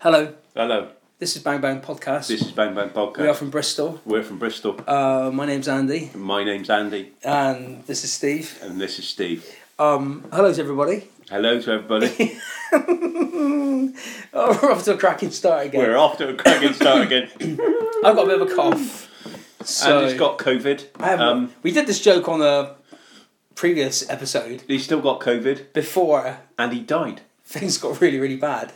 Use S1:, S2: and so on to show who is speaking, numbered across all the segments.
S1: Hello,
S2: Hello,
S1: this is Bang Bang Podcast.
S2: this is Bang Bang Podcast.
S1: we are from Bristol.
S2: We're from Bristol.
S1: Uh, my name's Andy,
S2: My name's Andy,
S1: and this is Steve.
S2: and this is Steve.
S1: Um, hello to everybody.
S2: Hello to everybody.
S1: oh, we're off to a cracking start again.
S2: We're off to a cracking start again.
S1: I've got a bit of a cough. So
S2: Andy's got COVID.
S1: I haven't-
S2: Um,
S1: we did this joke on the previous episode
S2: he's still got COVID,
S1: before
S2: and he died.
S1: things got really, really bad.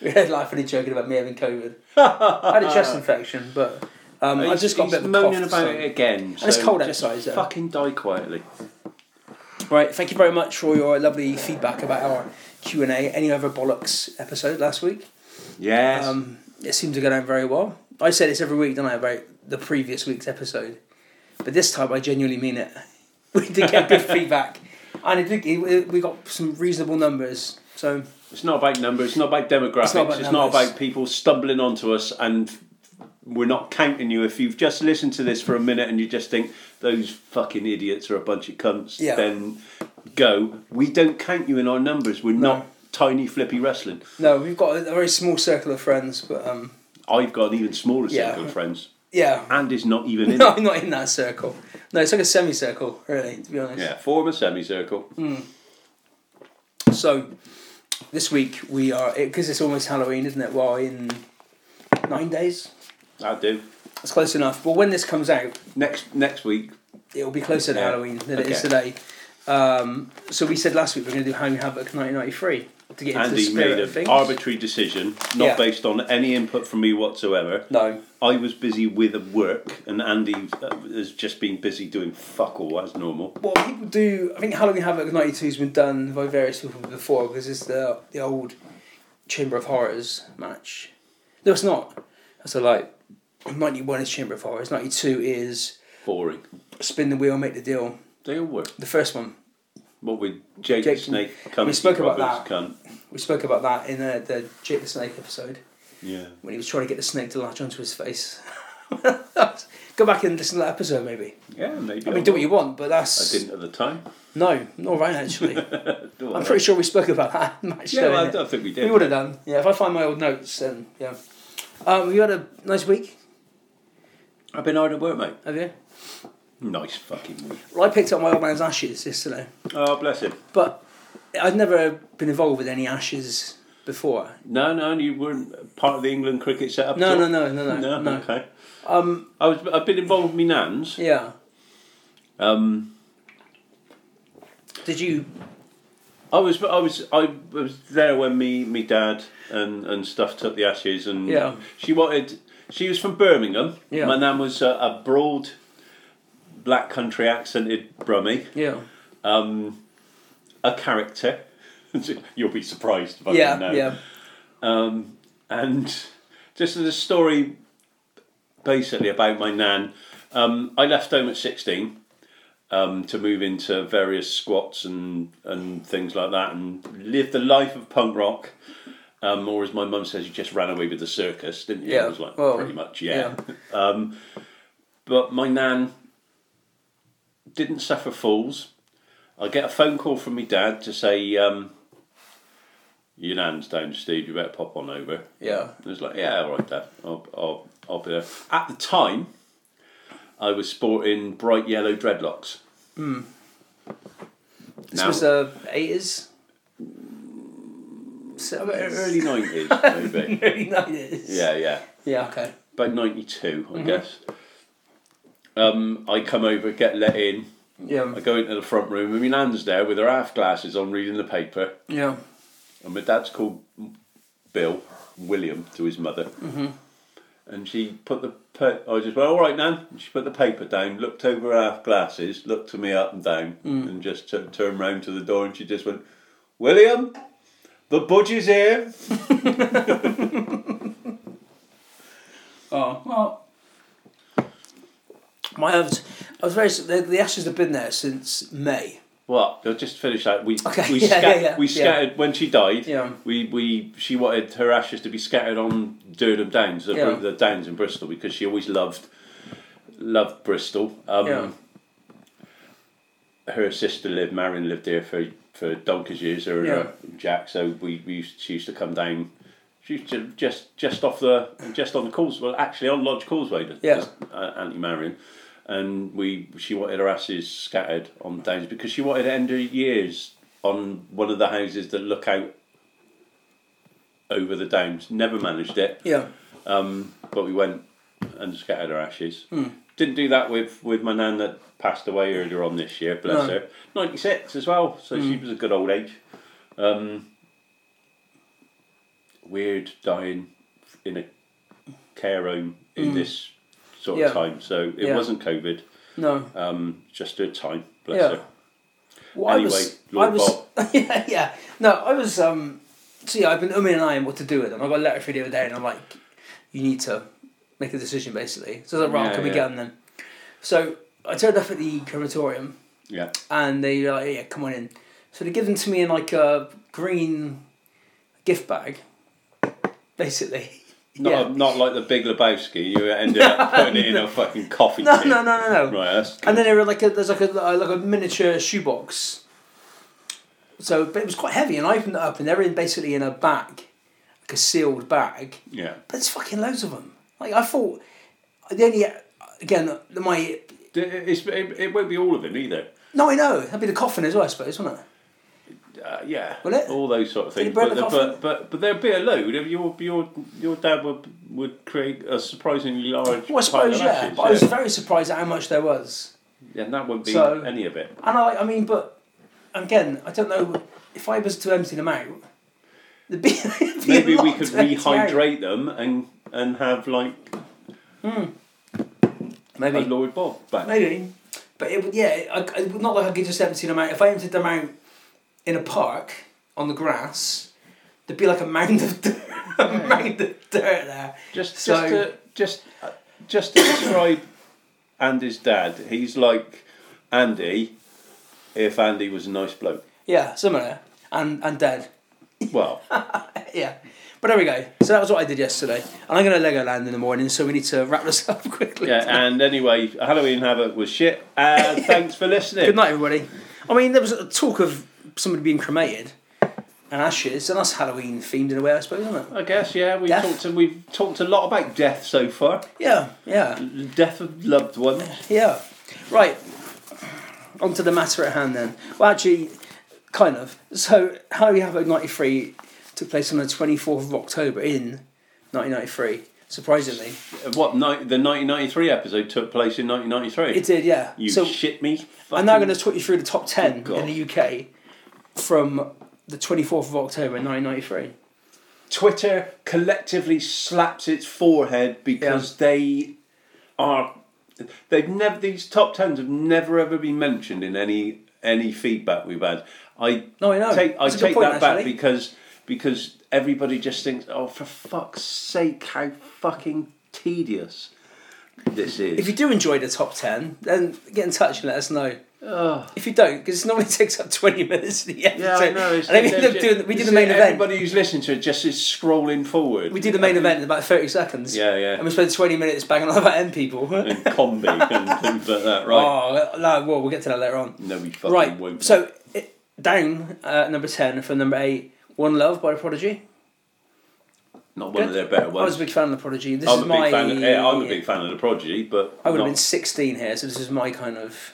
S1: We had laughing and joking about me having COVID. I had a chest infection, but um, I
S2: He's-
S1: just got a
S2: he's
S1: bit of a
S2: moaning
S1: cough,
S2: about
S1: so-
S2: it again.
S1: And it's
S2: so
S1: cold
S2: just
S1: outside, so-
S2: Fucking die quietly.
S1: Right, thank you very much for your lovely feedback about our Q and A. Any other bollocks episode last week?
S2: Yes.
S1: Um, it seemed to go down very well. I say this every week, don't I, about the previous week's episode, but this time I genuinely mean it. We did get good feedback, and it did, it, we got some reasonable numbers. So
S2: it's not about numbers. It's not about demographics. It's
S1: about numbers.
S2: about people stumbling onto us and. We're not counting you. If you've just listened to this for a minute and you just think those fucking idiots are a bunch of cunts,
S1: Yeah.
S2: then go. We don't count you in our numbers. We're not tiny flippy wrestling.
S1: no, we've got a very small circle of friends, but um,
S2: I've got an even smaller
S1: Yeah.
S2: circle of friends.
S1: yeah,
S2: And is not even in
S1: no,
S2: it.
S1: I'm not in that circle. No, it's like a semicircle, really, to be honest.
S2: Yeah, form a semicircle.
S1: Mm. So, this week we are because it's almost Halloween, isn't it? Well, in nine days,
S2: That'll do.
S1: it's close enough. Well, when this comes out,
S2: Next next week,
S1: it'll be closer to
S2: Yeah.
S1: Halloween than it is
S2: Okay.
S1: today. Um, so we said last week we're going to do Halloween Havoc 1993 to get into the
S2: Andy
S1: spirit
S2: made
S1: of things.
S2: an arbitrary decision, not
S1: Yeah.
S2: based on any input from me whatsoever.
S1: no,
S2: I was busy with work, and Andy uh, has just been busy doing fuck all as normal.
S1: well, people do. I think Halloween Havoc '92 has been done by various people before because it's the the old Chamber of Horrors match. No, it's not. That's a lie. '91 is Chamber of Horrors. '92 is
S2: Boring.
S1: Spin the Wheel, Make the Deal.
S2: They all work.
S1: The first one.
S2: What with Jake,
S1: Jake-
S2: the Snake, cunt,
S1: we spoke about
S2: Roberts, cunt.
S1: We spoke about that in uh, the Jake the Snake episode
S2: Yeah.
S1: when he was trying to get the snake to latch onto his face. Go back and listen to that episode, maybe.
S2: Yeah, maybe.
S1: I mean, do what you want, but
S2: I
S1: that's
S2: didn't at the time.
S1: no, not right actually.
S2: Do
S1: I'm
S2: I?
S1: pretty sure we spoke about that match.
S2: Yeah,
S1: though,
S2: well, I,
S1: innit?
S2: I think we did.
S1: we would have done. Yeah, if I find my old notes, then yeah. Um, have you had a nice week?
S2: I've been hard at work, mate.
S1: Have you?
S2: Nice fucking week.
S1: Well, I picked up my old man's ashes yesterday,
S2: Oh, bless him.
S1: but I'd never been involved with any ashes before.
S2: No, no, you weren't part of the England cricket setup.
S1: No,
S2: at
S1: no,
S2: all?
S1: no, no, no, no.
S2: Okay. Um, I was. I've been involved with me nans.
S1: Yeah.
S2: Um,
S1: Did you?
S2: I was. I was. I was there when me, me dad, and and stuff took the ashes, and
S1: Yeah.
S2: she wanted. She was from Birmingham.
S1: Yeah.
S2: My nan was a, a broad, black country accented Brummie,
S1: Yeah.
S2: um, a character. You'll be surprised if I
S1: Yeah.
S2: don't know.
S1: Yeah.
S2: um, and just as a story basically about my nan um, i left home at 16 um, to move into various squats and, and things like that and live the life of punk rock um, or as my mum says you just ran away with the circus didn't you
S1: Yeah,
S2: i was like
S1: well,
S2: pretty much yeah, um, but my nan didn't suffer fools i get a phone call from my dad to say um, your nan's down steve you better pop on over
S1: Yeah.
S2: and it's like, yeah, all right, Dad, I'll, I'll, I'll be there. At the time, I was sporting bright yellow dreadlocks. uh,
S1: This
S2: Now-
S1: was the eighties. Early
S2: Early 90s, maybe.
S1: nineties.
S2: yeah, yeah.
S1: Yeah. Okay.
S2: About 92, I guess. Um, I come over, get let in.
S1: Yeah.
S2: I go into the front room, and my nan's there with her half glasses on, reading the paper.
S1: Yeah.
S2: And my dad's called Bill, William, to his mother.
S1: Mm-hmm.
S2: And she put the, pa- I just went, all right, Nan. And she put the paper down, looked over her half glasses, looked to me up and down,
S1: Mm.
S2: and just tu- turned round to the door and she just went, William, the budge is here.
S1: Oh well. My I was, I was very s- the, the ashes have been there since May.
S2: What? I'll just finish that. We
S1: Okay,
S2: we,
S1: yeah,
S2: scat-
S1: yeah, yeah,
S2: we
S1: yeah.
S2: scattered when she died.
S1: Yeah.
S2: um, We we she wanted her ashes to be scattered on Durham Downs, the,
S1: Yeah.
S2: the Downs in Bristol, because she always loved loved Bristol. Um,
S1: Yeah.
S2: Her sister lived, Marion lived there for for donkey's years, her and
S1: Yeah.
S2: her Jack. So we, we used, she used to come down. She used to just just off the just on the causeway, well, actually on Lodge Causeway,
S1: Yeah.
S2: just, uh, Auntie Marion, and we she wanted her asses scattered on downs because she wanted to end her years on one of the houses that look out over the downs. Never managed it.
S1: Yeah.
S2: Um, but we went and scattered her ashes.
S1: Hmm.
S2: Didn't do that with, with my nan that passed away earlier on this year, bless
S1: No. Hmm.
S2: her. 96 as well, so she was a good old age. Um, weird dying in a care home in this sort
S1: Hmm. Yeah.
S2: of time, so it
S1: Yeah.
S2: wasn't COVID,
S1: No.
S2: um, just her time, bless
S1: Yeah.
S2: her.
S1: Well,
S2: Anyway, Lord
S1: I was, yeah, yeah. No, I was. Um, so yeah, I've been umming and eyeing what to do with them. I got a letter through the other day, and I'm like, you need to make a decision, basically. So I was like, right,
S2: Yeah,
S1: can we
S2: yeah.
S1: get them then? So I turned up at the crematorium,
S2: Yeah,
S1: and they were like, yeah, come on in. So they give them to me in like a green gift bag, basically.
S2: not, not like the Big Lebowski, you ended up putting it in a fucking coffee
S1: No,
S2: tin.
S1: no, no, no, no.
S2: Right, that's
S1: And then there were like a, there's like a like a miniature shoebox. So, but it was quite heavy, and I opened it up, and they're in basically in a bag, like a sealed bag.
S2: yeah.
S1: But there's fucking loads of them. Like I thought, the only again my
S2: It's, it, it won't be all of them either.
S1: no, I know that'd be the coffin as well, I suppose, wouldn't it?
S2: Uh, yeah,
S1: Will it?
S2: all those sort of
S1: Did
S2: things.
S1: it burn the
S2: But, the-
S1: coffin?
S2: but but but there'd be a load. Your your your dad would would create a surprisingly
S1: Well, I
S2: large. pile of
S1: suppose yeah.
S2: ashes,
S1: But I was very surprised at how much there was.
S2: yeah. and that wouldn't be
S1: So-
S2: any of it.
S1: And I, I mean, but again, I don't know if I was to empty them out. there'd be- it'd be a
S2: Maybe we
S1: lot
S2: could
S1: to empty out.
S2: rehydrate them and and have like a
S1: Hmm. Maybe.
S2: Lloyd Bob back.
S1: Maybe. But it would, yeah, I, it would not like I could just empty them out. If I emptied them out in a park on the grass, there'd be like a mound of dirt, a mound of dirt there.
S2: Just
S1: So-
S2: just to, just uh, just to describe Andy's dad. He's like Andy, if Andy was a nice bloke.
S1: Yeah, similar. And and dead.
S2: Well,
S1: Yeah. But there we go. So that was what I did yesterday. And I'm going to Legoland in the morning, so we need to wrap this up quickly.
S2: yeah. And anyway, Halloween Havoc was shit. And thanks for listening.
S1: Good night, everybody. I mean, there was a talk of somebody being cremated and ashes, and that's Halloween themed in a way, I suppose, isn't it?
S2: I guess yeah. We
S1: Death.
S2: talked and we've talked a lot about death so far.
S1: Yeah, yeah.
S2: Death of loved ones.
S1: Yeah. Right. On to the matter at hand then. Well, actually, kind of. So, Halloween Havoc 93 took place on the 24th of October in 1993, surprisingly.
S2: What night? The nineteen ninety three episode took place in nineteen ninety three.
S1: It did, yeah.
S2: You
S1: so,
S2: shit me.
S1: I'm now going to talk you through the top 10
S2: God.
S1: in the UK from the 24th of October 1993.
S2: Twitter collectively slaps its forehead because they are. They've never. These top tens have never ever been mentioned in any any feedback we've had. I
S1: No, I know.
S2: Take, I
S1: That's a good
S2: take
S1: point,
S2: that back
S1: actually.
S2: because because everybody just thinks, oh, for fuck's sake, how fucking tedious this is.
S1: If you do enjoy the top 10, then get in touch and let us know. If you don't, because it normally takes up 20 minutes of the episode.
S2: Yeah, I know. It's,
S1: and then we
S2: they're
S1: end up
S2: ju-
S1: doing, we do
S2: it's
S1: the main
S2: that
S1: event.
S2: Everybody who's listening to it just is scrolling forward.
S1: We do the main event in about 30 seconds.
S2: Yeah, yeah.
S1: And we spend 20 minutes banging on about M people.
S2: and combi and things like that, right?
S1: oh, no, well, we'll get to that later on.
S2: No, we fucking
S1: right,
S2: won't.
S1: so it, down uh, number 10 from number 8, One Love by The Prodigy.
S2: not one of their better
S1: I was
S2: ones.
S1: a big fan of The Prodigy. This
S2: I'm
S1: is
S2: a
S1: my.
S2: big fan. Of, yeah, I'm a big fan of the Prodigy, but
S1: I would have
S2: not-
S1: been 16 here, so this is my kind of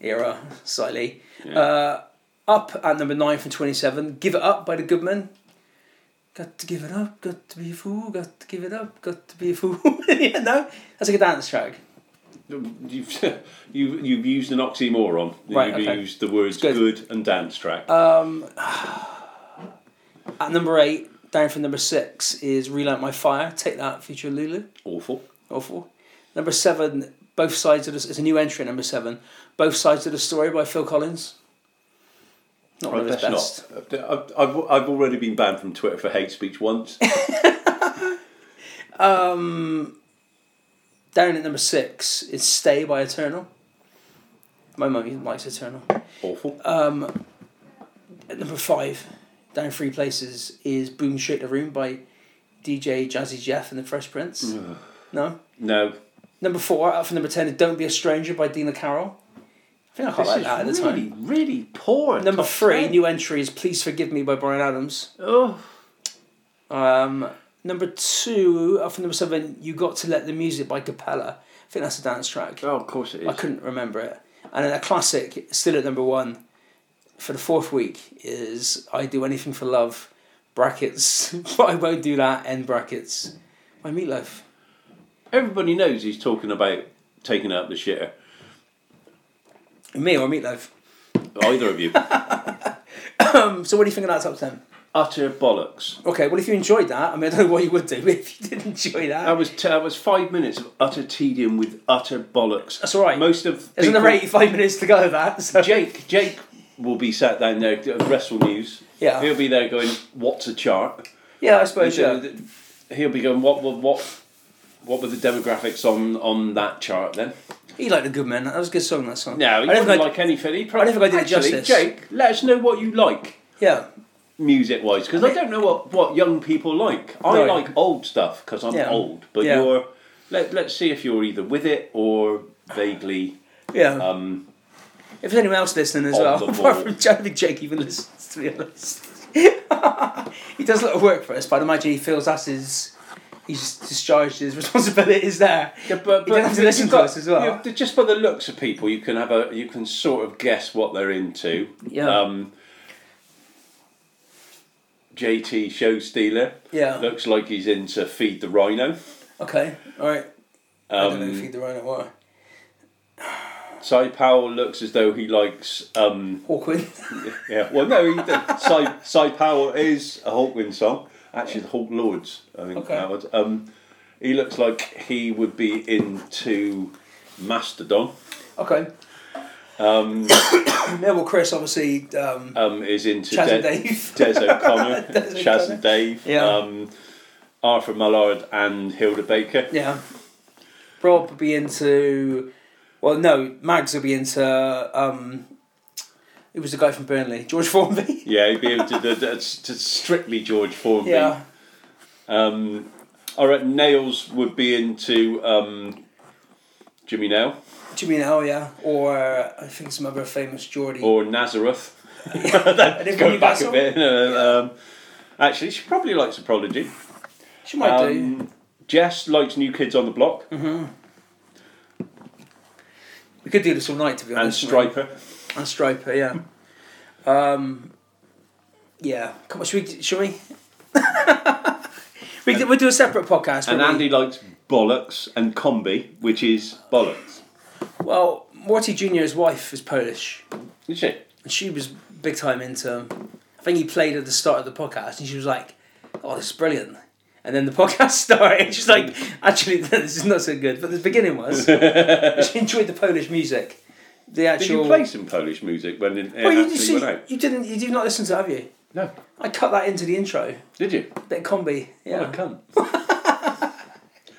S1: era, slightly.
S2: Yeah.
S1: Uh, up at number 9 from 27, Give It Up by The Goodman. Got to give it up, got to be a fool, got to give it up, got to be a fool. yeah, no? That's like a dance track.
S2: You've, you, you've used an oxymoron.
S1: Right,
S2: you've
S1: okay.
S2: used the words
S1: good. Uh,
S2: good. and dance track.
S1: At number eight, down from number six, is Relight My Fire. Take that, feature Lulu.
S2: Awful.
S1: Awful. Number seven, Both Sides of the... It's a new entry at number seven. Both Sides of the Story by Phil Collins. Not one
S2: Right,
S1: of his
S2: that's
S1: best.
S2: not. uh, I've, I've, I've already been banned from Twitter for hate speech once.
S1: Down at number six is Stay by Eternal. My mummy likes Eternal.
S2: Awful.
S1: Uh, At number five, down three places, is Boom Shake the Room by DJ Jazzy Jeff and the Fresh Prince. No?
S2: no.
S1: Number four, out from number ten, is Don't Be a Stranger by Dina Carroll. I think I quite
S2: This
S1: like
S2: is
S1: that at the time.
S2: really, really poor.
S1: Number
S2: top
S1: three,
S2: 10.
S1: new entry is Please Forgive Me by Brian Adams.
S2: Oh.
S1: Um, number two, uh, for number seven, You Got to Let the Music by Capella. I think that's a dance track.
S2: Oh, of course it is.
S1: I couldn't remember it. And then a classic, still at number one, for the fourth week is I Do Anything for Love, brackets, but I won't do that, end brackets, by Meatloaf.
S2: Everybody knows he's talking about taking out the shitter.
S1: Me or Meatloaf?
S2: Either of you.
S1: Um, so what do you think of that top ten?
S2: Utter bollocks.
S1: Okay, well if you enjoyed that, I mean I don't know what you would do but if you did enjoy that.
S2: That was t- that was five minutes of utter tedium with utter bollocks.
S1: That's all right.
S2: Most of
S1: There's another
S2: people-
S1: eighty-five minutes to go of that. So.
S2: Jake Jake will be sat down there at Wrestle News.
S1: Yeah.
S2: He'll be there going, What's a chart? uh,
S1: Yeah, I
S2: Oh,
S1: suppose. Yeah.
S2: He'll be going, What what what what were the demographics on, on that chart then?
S1: He liked the good man. That was a good song. That song.
S2: No,
S1: I
S2: he
S1: don't
S2: didn't
S1: think I-
S2: like anything. He
S1: I don't think I did it
S2: Actually,
S1: justice.
S2: Jake, let us know what you like
S1: Yeah,
S2: music wise because I, don't know what, what young people like. I
S1: No.
S2: like old stuff because I'm
S1: Yeah.
S2: old, but
S1: Yeah.
S2: you're let let's see if you're either with it or vaguely.
S1: yeah.
S2: Um,
S1: if there's anyone else listening as
S2: on
S1: well,
S2: the
S1: apart
S2: ball.
S1: from Jake, I don't think Jake even listens to be honest. he does a lot of work for us, but I'd imagine he feels that's his. He's just discharged his responsibilities there.
S2: yeah, but,
S1: He doesn't have to
S2: you've
S1: listen to
S2: got-
S1: us as well.
S2: you- just by the looks of people, you can have a you can sort of guess what they're into.
S1: Yeah.
S2: Um, JT show stealer
S1: Yeah.
S2: looks like he's into feed the rhino.
S1: Okay. All right. I don't know if
S2: Um,
S1: he'd the right what.
S2: Cy Powell looks as though he likes um,
S1: Awkward.
S2: Yeah, well, no, he did. Cy, Cy Powell is a Hawkwind song. Actually, the Hawk Lords, I think
S1: Okay.
S2: that was. Um, he looks like he would be into Mastodon.
S1: Okay.
S2: Um,
S1: Yeah, well, Chris obviously. Um,
S2: um, is into
S1: Chaz and
S2: De-
S1: Dave.
S2: Des O'Connor,
S1: Des
S2: Chaz
S1: O'Connor.
S2: and Dave,
S1: Yeah.
S2: um, Arthur Mullard, and Hilda Baker.
S1: yeah. Rob would be into. Well, no, Mags will be into. Um, it was the guy from Burnley, George Formby.
S2: Yeah, he'd be into the, the, to strictly George Formby.
S1: yeah.
S2: Um, all right, Nails would be into um, Jimmy Nail
S1: Jimmy and Hell, yeah. Or I think some other famous Geordie.
S2: or Nazareth.
S1: I didn't
S2: Oh, Go
S1: think you
S2: back
S1: guys
S2: a
S1: saw-
S2: bit. uh, um, actually, she probably likes a prodigy.
S1: She might do. Mm,
S2: Um, Jess likes New Kids on the Block
S1: We could do this all night, to be
S2: and Hmm.
S1: honest. wouldn't
S2: Striper.
S1: we? And Striper, yeah. Um, yeah. Come on, should we? Should we? we could- we'll do a separate podcast.
S2: And
S1: won't we?
S2: Andy likes Bollocks and Combi, which is Bollocks.
S1: Well, Morty Jr.'s wife is Polish,
S2: Is she?
S1: and she was big time into. I think he played at the start of the podcast, and she was like, "Oh, this is brilliant." And then the podcast started. She's like, "Actually, this is not so good." But the beginning was she enjoyed the Polish music. The
S2: Did
S1: actual.
S2: you play some Polish music when it, it
S1: Well, you,
S2: actually
S1: you see,
S2: went out?
S1: you didn't. You did not listen to, it, have you?
S2: No.
S1: I cut that into the intro.
S2: Did you?
S1: Bit of combi.
S2: What a
S1: Yeah.
S2: cunt.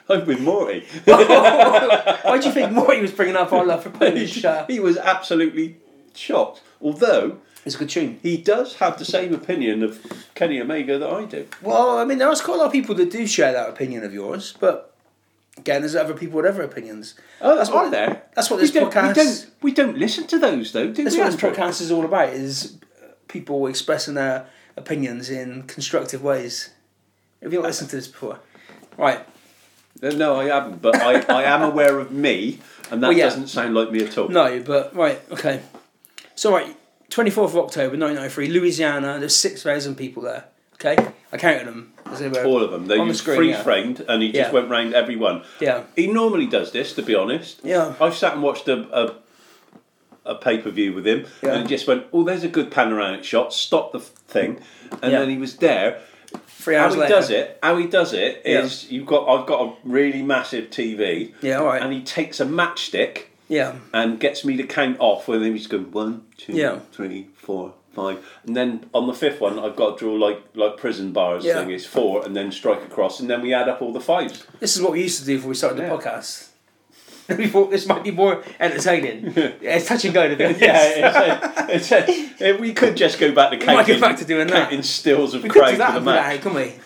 S2: I'm with Morty.
S1: Why do you think Morty was bringing up our love for Polish? Uh,
S2: he was absolutely shocked. Although,
S1: it's a good tune.
S2: he does have the same opinion of Kenny Omega that I do.
S1: Well, I mean, there's quite a lot of people that do share that opinion of yours, but again, there's other people with other opinions.
S2: Oh,
S1: That's
S2: that's
S1: what-
S2: are there?
S1: that's what
S2: We
S1: this
S2: don't-
S1: podcast-
S2: We don't, we don't listen to those though, do
S1: That's
S2: we?
S1: what this
S2: Andrew?
S1: podcast is all about: is uh, people expressing their opinions in constructive ways. Have you not listened to this before? Right.
S2: Uh, No, I haven't, but I, I am aware of me, and that
S1: Well, yeah.
S2: doesn't sound like me at all.
S1: No, but right. Okay. So right, twenty fourth of October, nineteen ninety three, Louisiana. There's six thousand people there. Okay, I counted them. As they were
S2: All of them. They
S1: on the
S2: used
S1: screen.
S2: free
S1: yeah.
S2: framed, and he just
S1: Yeah.
S2: went round everyone.
S1: Yeah.
S2: He normally does this, to be honest.
S1: Yeah.
S2: I've sat and watched a a, a pay per view with him,
S1: Yeah.
S2: and he just went, "Oh, there's a good panoramic shot. Stop the f- thing," and
S1: Yeah.
S2: then he was there.
S1: Three
S2: How
S1: hours
S2: he
S1: later.
S2: does it? How he does it
S1: Yeah.
S2: is you've got I've got a really massive TV.
S1: Yeah, all right.
S2: And he takes a matchstick.
S1: Yeah.
S2: and gets me to count off when he's going one, two,
S1: Yeah.
S2: three, four, five, and then on the fifth one I've got to draw like like prison bars
S1: Yeah.
S2: thing. It's four, and then strike across, and then we add up all the fives.
S1: This is what we used to do before we started
S2: Yeah.
S1: the podcast. We thought this might be more entertaining. yeah, it's touch and go to be honest.
S2: Yeah, it's a, it's a, we could just go back to counting.
S1: might go back to doing that.
S2: counting stills of
S1: we could
S2: crowd
S1: do that
S2: for the
S1: after that,
S2: match.
S1: hey,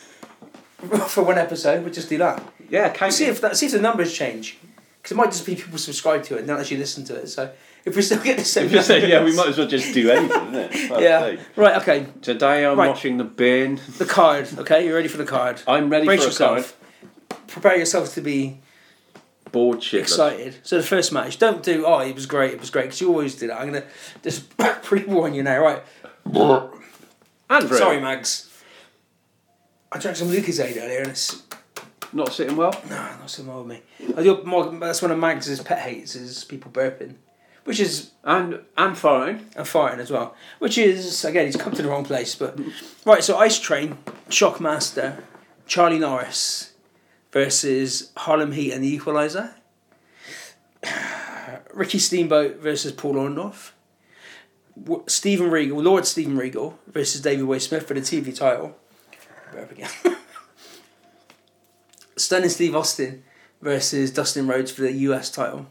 S1: couldn't we? For one episode, we'll just do that.
S2: Yeah,
S1: See
S2: counting.
S1: if that, see if the numbers change, because it might just be people subscribe to it and don't actually listen to it. So if If we still get the same.
S2: Just say, yeah,
S1: numbers.
S2: we might as well just do anything, isn't it? Fuck's
S1: Yeah.
S2: sake.
S1: Right. Okay.
S2: Today I'm
S1: Right.
S2: washing the bin.
S1: The card. Okay. You're ready for the card.
S2: I'm ready
S1: Brace
S2: for a card.
S1: yourself. Prepare yourself to be
S2: Bored shitless.
S1: excited. So the first match, don't do. Oh, it was great. It was great because you always do that. I'm gonna just pre-warn you now, right?
S2: Andrew,
S1: Sorry, Mags. I drank some Lucasade earlier and it's
S2: not sitting well.
S1: ah, not so well with me. I do, my, that's one of Mags's pet hates is people burping, which is
S2: And and fine.
S1: and farting as well. Which is again, he's come to the wrong place. But right, so Ice Train, Shockmaster, Charlie Norris versus Harlem Heat and the Equalizer. Ricky Steamboat versus Paul Orndorff. W- Stephen Regal, Lord Stephen Regal versus David Way Smith for the TV title. Burp again. Stunning Steve Austin versus Dustin Rhodes for the US title.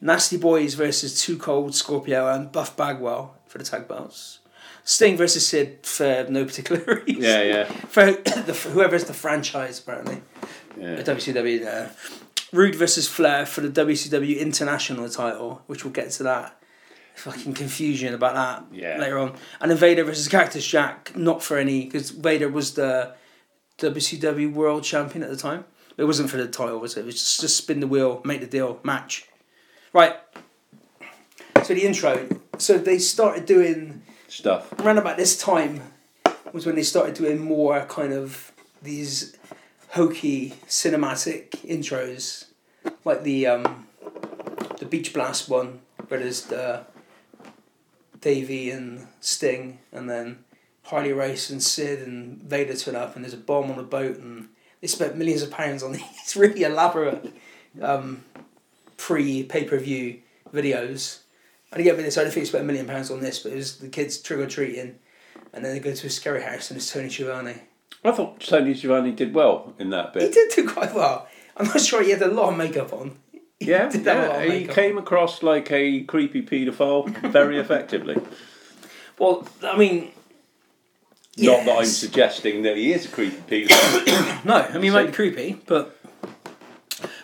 S1: Nasty Boys versus Too Cold, Scorpio, and Buff Bagwell for the tag belts. Sting versus Sid for no particular reason.
S2: Yeah, yeah,
S1: For the, whoever's the franchise, apparently.
S2: yeah.
S1: The WCW there. Rude versus Flair for the WCW International title, which we'll get to that fucking confusion about that
S2: Yeah.
S1: later on. And then Vader versus Cactus Jack, not for any, because Vader was the WCW World Champion at the time. It wasn't for the title, was it? It was just, just spin the wheel, make the deal, match. Right. So the intro. So they started doing
S2: Stuff.
S1: around about this time was when they started doing more kind of these hokey cinematic intros, like the um, the Beach Blast one, where there's the Davy and Sting, and then Harley Race and Sid and Vader turn up, and there's a bomb on a boat, and they spent millions of pounds on these really elaborate um, pre pay per view videos. And again, with this, I don't think they spent a million pounds on this, but it was the kids trick or treating, and then they go to a scary house and it's Tony Giovanni.
S2: I thought Tony Giovanni did well in that
S1: He
S2: bit.
S1: did do quite well. I'm not sure he had a lot of makeup on. He
S2: Yeah,
S1: did have a lot
S2: yeah.
S1: of
S2: he
S1: makeup
S2: came across like a creepy paedophile very effectively.
S1: on. Well, I mean,
S2: Not that I'm
S1: Yes.
S2: suggesting that he is a creepy paedophile.
S1: no, I mean, it might be creepy, but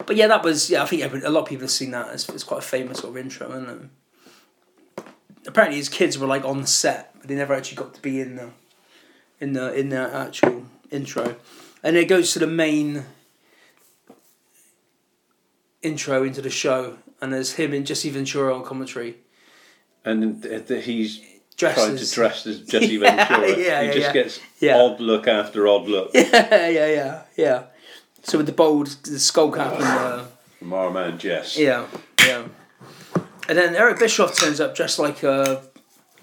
S1: but yeah, that was yeah. I think every- a lot of people have seen that. It's, it's quite a famous sort of intro, isn't it? Apparently, his kids were like on set, but they never actually got to be in the in the in the actual intro, and it goes to the main intro into the show, and there's him and Jesse Ventura on commentary.
S2: and th- th- he's
S1: Dressed
S2: trying
S1: as-
S2: to dress as Jesse
S1: Yeah,
S2: Ventura.
S1: yeah,
S2: he
S1: yeah,
S2: just
S1: yeah.
S2: gets
S1: Yeah.
S2: odd look after odd look.
S1: yeah, yeah, yeah, yeah. So with the bold, the skull cap and the
S2: From our man Jess.
S1: yeah, yeah. And then Eric Bischoff turns up dressed like a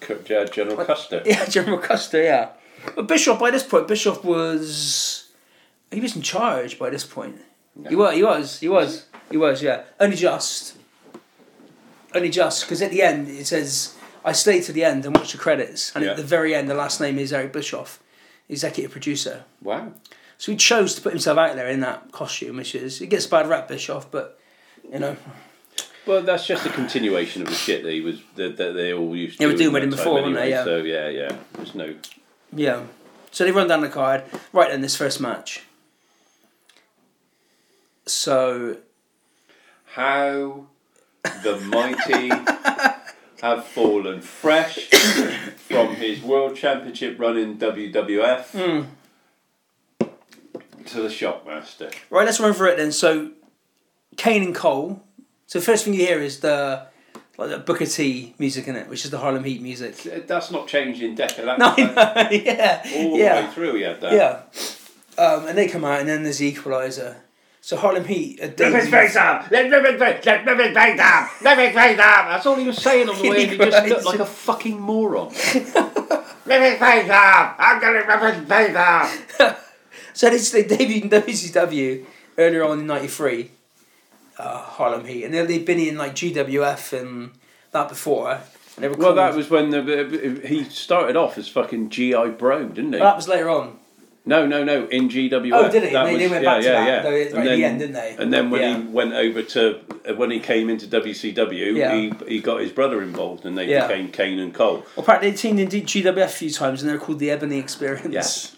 S2: C- G- uh, General Custer.
S1: yeah General Custer, yeah. But Bischoff by this point, Bischoff was he was in charge by this point. He was, he was, he was, he was, yeah. Only just, only just, because at the end it says I stay to the end and watch the credits, and
S2: Yeah.
S1: at the very end the last name is Eric Bischoff, executive producer.
S2: Wow.
S1: So he chose to put himself out there in that costume, which is it gets a bad rap Bischoff, but you know
S2: Well, that's just a continuation of the shit that he was that, that they all used to.
S1: They were
S2: do
S1: doing with
S2: in
S1: him
S2: that
S1: before,
S2: time
S1: weren't they?
S2: anyway,
S1: Yeah.
S2: So yeah, yeah. There's no.
S1: yeah. So they run down the card right in this first match. So
S2: How the mighty have fallen fresh from his world championship run in WWF
S1: Hmm.
S2: to the Shockmaster.
S1: right, let's run through it then. So Kane and Cole. So first thing you hear is the like the Booker T music in it, which is the Harlem Heat music.
S2: That's not changed in Decca. That's
S1: No, I know, yeah,
S2: all the
S1: yeah,
S2: way through. He had that.
S1: yeah. Um, and they come out, and then there's the equalizer. So Harlem Heat. are
S2: Rip his
S1: Davies-
S2: face up! Let rip his face! Let rip his face up! Rip his face up! That's all he was saying on the way, and he just looked like a fucking moron. rip his face up! I'm gonna rip his face up!
S1: So this they debuted in WCW earlier on in '93, uh, Harlem Heat, and then they'd been in like GWF and that before. And they were
S2: Well, that
S1: called-
S2: was when the, he started off as fucking GI Bro, didn't he?
S1: that was later on.
S2: No, no, no, in GWF.
S1: Uh, Oh, did it?
S2: That
S1: They- they
S2: was-
S1: went
S2: yeah,
S1: back to
S2: yeah,
S1: that,
S2: yeah.
S1: though, right
S2: And
S1: at the
S2: then-
S1: end, didn't they?
S2: And then when he
S1: Yeah.
S2: went over to, uh, when he came into WCW,
S1: Yeah.
S2: he, he got his brother involved and they
S1: Yeah.
S2: became Kane and Cole.
S1: Well, apparently they teamed in GWF a few times, and they're called the Ebony Experience.
S2: Yes.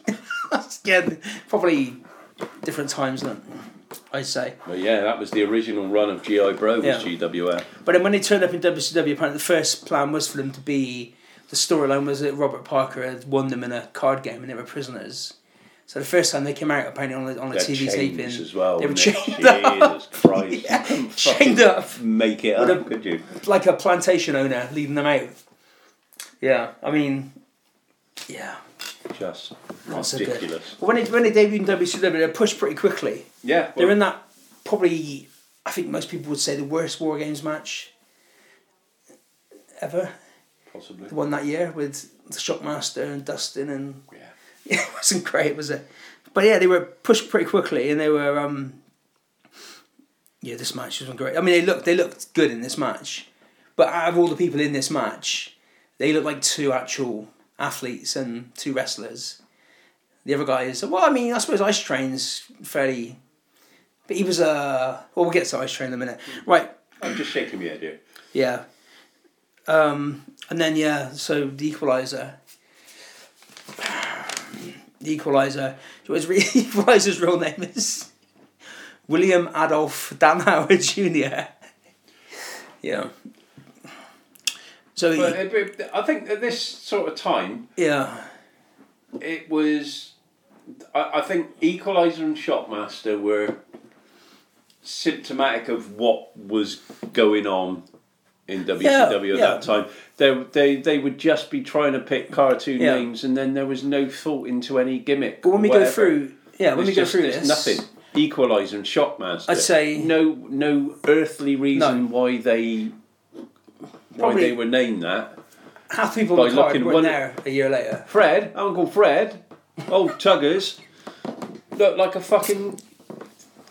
S1: yeah, probably different times, then. I'd say.
S2: But yeah, that was the original run of GI Bro was
S1: Yeah.
S2: GWF.
S1: But then when they turned up in WCW, apparently the first plan was for them to be. The storyline was that Robert Parker had won them in a card game and they were prisoners. So the first time they came out, apparently on the, on the
S2: Their
S1: TV
S2: chains
S1: taping,
S2: as well.
S1: they were
S2: wasn't it?
S1: chained up.
S2: Jesus Christ.
S1: Yeah,
S2: You couldn't
S1: chained
S2: fucking
S1: up.
S2: Make it
S1: With
S2: up,
S1: a-
S2: could you?
S1: like a plantation owner leading them out. Yeah, I mean, yeah,
S2: Just
S1: that's a bit.
S2: ridiculous.
S1: But when they when they debuted in WCW, they pushed pretty quickly.
S2: Yeah,
S1: They're
S2: well,
S1: in that probably, I think most people would say the worst War Games match ever.
S2: possibly.
S1: The one that year with the Shockmaster and Dustin and
S2: Yeah.
S1: yeah, it wasn't great, was it? But yeah, they were pushed pretty quickly, and they were. Um, yeah, this match wasn't great. I mean, they looked they looked good in this match, but out of all the people in this match, they looked like two actual athletes and two wrestlers. The other guy is well. I mean, I suppose Ice Train's fairly, but he was a. Uh, well, we'll get to Ice Train in a minute, right?
S2: I'm just shaking my head here.
S1: Yeah. Um, and then yeah, so the equalizer. The equalizer. So his re- equalizer's real name is William Adolf Danhauer Jr. Yeah. So he-
S2: But it- it- I think at this sort of time,
S1: yeah,
S2: it was. I, I think Equalizer and Shockmaster were symptomatic of what was going on in WCW at
S1: Yeah, yeah.
S2: that time. They, they they would just be trying to pick cartoon
S1: Yeah.
S2: names, and then there was no thought into any gimmick.
S1: but when we
S2: whatever.
S1: go through, yeah, when
S2: It's
S1: we go
S2: just-
S1: through
S2: it's
S1: this,
S2: nothing. Equalizer and Shockmaster.
S1: I'd say-
S2: no, no earthly reason why they why
S1: Probably-
S2: they were named that.
S1: half the people
S2: By
S1: on the card
S2: looking
S1: were
S2: one-
S1: there a year later.
S2: Fred, Uncle Fred, old Tuggers, looked like a fucking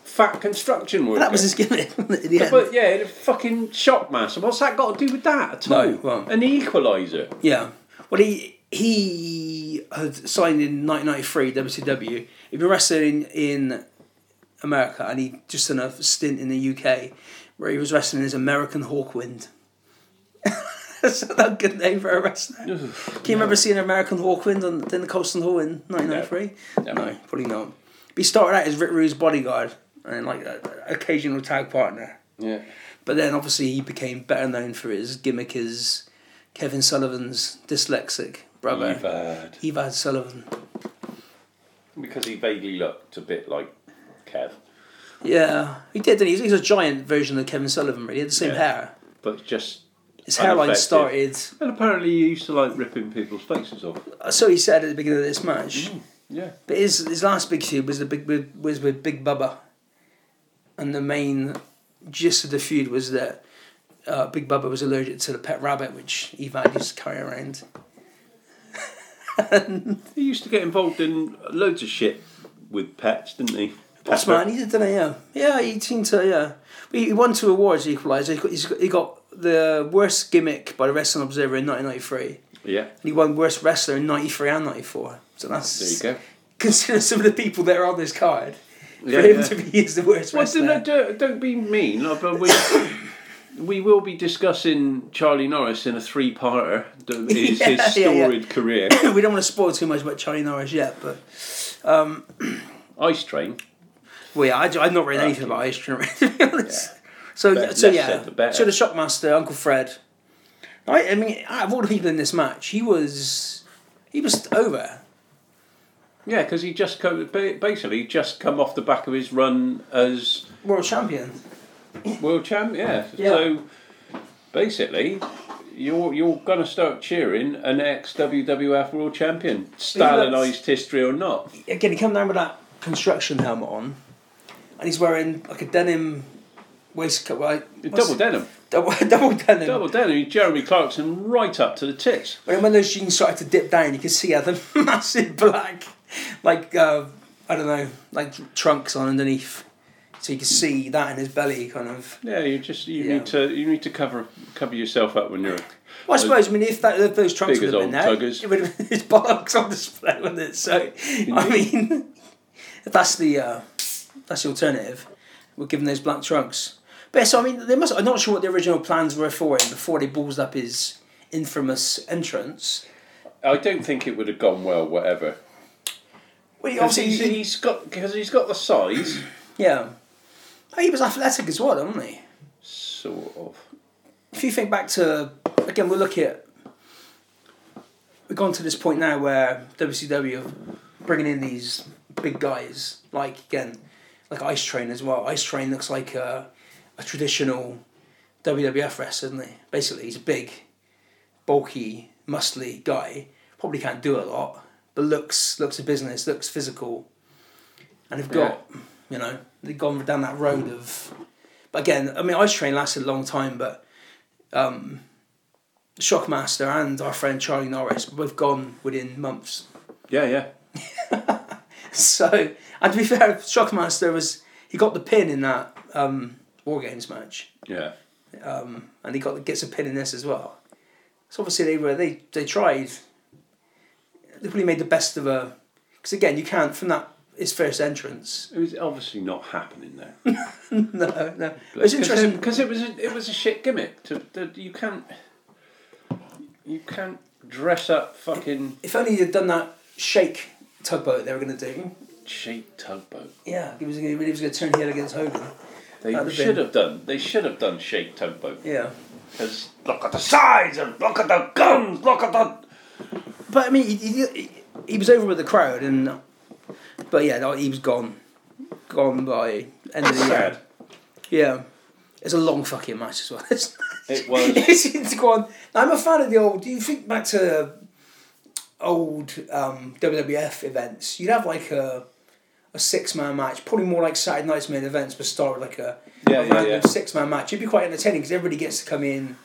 S2: fat construction worker.
S1: That was his gimmick in the end.
S2: But yeah, the fucking Shockmaster. What's that got to do with that at
S1: No,
S2: all?
S1: well-
S2: An equaliser.
S1: Yeah. Well, he he had signed in 1993 WCW. He'd been wrestling in, in America, and he just done a stint in the UK where he was wrestling as American Hawkwind. That's not a good name for a wrestler. Can you remember seeing American Hawkwind on in the Colston Hall in 1993? No, probably not. But he started out as Rick Rude's bodyguard and like a, a occasional tag partner.
S2: Yeah.
S1: But then obviously he became better known for his gimmick as Kevin Sullivan's dyslexic brother.
S2: Bad.
S1: Evad Sullivan.
S2: Because he vaguely looked a bit like Kev,
S1: Yeah, he did, didn't he? He was a giant version of Kevin Sullivan, really. He had the same
S2: Yeah.
S1: hair.
S2: but just.
S1: His hairline
S2: unaffected.
S1: started, uh,
S2: And apparently he used to like ripping people's faces off.
S1: so he said at the beginning of this match.
S2: Mm. Yeah.
S1: But his, his last big feud was, the big, with- was with Big Bubba. And the main gist of the feud was that uh, Big Bubba was allergic to the pet rabbit, which Evad used to carry around.
S2: He used to get involved in loads of shit with pets, didn't he?
S1: That's
S2: Pepper.
S1: man, he did, didn't he? Yeah, yeah, he seemed to, yeah. But he won two awards, Equaliser. He got, he's got- he got the worst gimmick by the Wrestling Observer in 1993,
S2: Yeah.
S1: and he won worst wrestler in 93 and 94. So that's.
S2: There you go.
S1: Consider some of the people that are on this card.
S2: Yeah,
S1: for him
S2: yeah.
S1: to be is the worst
S2: Well,
S1: wrestler.
S2: don't, no, don't, don't be mean. like, But we, we will be discussing Charlie Norris in a three-parter. the- His,
S1: Yeah,
S2: his
S1: yeah, yeah.
S2: storied career,
S1: we don't want to spoil too much about Charlie Norris yet, but.
S2: Ice Train.
S1: Well, yeah, I, have not read anything about Ice Train, to be honest. So,
S2: Bet-
S1: so
S2: Uh, less
S1: yeah.
S2: said the better.
S1: so the Shockmaster, Uncle Fred. I, I mean, out of all the people in this match, he was. He was over.
S2: Yeah, because he just co- ba- basically just come off the back of his run as
S1: World champion.
S2: world champ. Yeah.
S1: Yeah.
S2: So basically, you're you're gonna start cheering an ex WWF world champion, Stalinized history or not.
S1: Again, he came down with that construction helmet on, and he's wearing like a denim waistcoat, right?
S2: Double denim.
S1: double, double denim.
S2: Double denim. Jeremy Clarkson right up to the tits.
S1: When, when those jeans started to dip down, you could see how the massive black, like uh, I don't know, like trunks on underneath, so you could see that in his belly, kind of.
S2: Yeah, you just you
S1: Yeah.
S2: need to you need to cover cover yourself up when you're.
S1: Well, I suppose I mean if that if those trunks
S2: Big
S1: would
S2: as
S1: have been there,
S2: old tuggers.
S1: it would have been his bollocks on display, wouldn't it? So I mean, if that's the uh, that's the alternative. We're giving those black trunks. But yeah, so I mean, they must. I'm not sure what the original plans were for him before they balls up his infamous entrance.
S2: I don't think it would have gone well. Whatever.
S1: Well, he
S2: Because
S1: obviously,
S2: he's, he's got because he's got the size,
S1: yeah. But he was athletic as well, wasn't he?
S2: Sort of.
S1: If you think back to again, we'll look at we've gone to this point now where WCW are bringing in these big guys like again, like Ice Train as well. Ice Train looks like a, a traditional WWF wrestler, doesn't he? Basically, he's a big, bulky, muscly guy. Probably can't do a lot, but looks looks a business, looks physical, and they've got you know they've gone down that road of. But again, I mean, Ice Train lasted a long time, but um, Shockmaster and our friend Charlie Norris both gone within months.
S2: Yeah, yeah.
S1: So, and to be fair, Shockmaster was he got the pin in that um, War Games match,
S2: Yeah.
S1: and he got gets a pin in this as well. So obviously they were they they tried. They probably made the best of a because again you can't from that his first entrance.
S2: It was obviously not happening there.
S1: No, no, it's interesting.
S2: because it, was a, it was a shit gimmick. To, that you can't you can't dress up fucking
S1: If only you'd done that shake tugboat they were going to do.
S2: cheap tugboat.
S1: Yeah, he was gonna, he was going to turn heel against Hogan.
S2: They
S1: That'd have
S2: should
S1: been-
S2: have done. They should have done shaped tugboat.
S1: Yeah.
S2: Because look at the size and look at the guns. Look at the
S1: But I mean, he, he, he was over with the crowd, and but yeah, no, he was gone, gone by end of the year.
S2: sad.
S1: Yeah, it's a long fucking match as well. It's,
S2: It was.
S1: it's go on. Now, I'm a fan of the old. Do you think back to old um, WWF events? You'd have like a a six man match, probably more like Saturday night's main events, but start with like a,
S2: Yeah,
S1: a
S2: yeah,
S1: random
S2: yeah.
S1: six man match. It'd be quite entertaining because everybody gets to come in,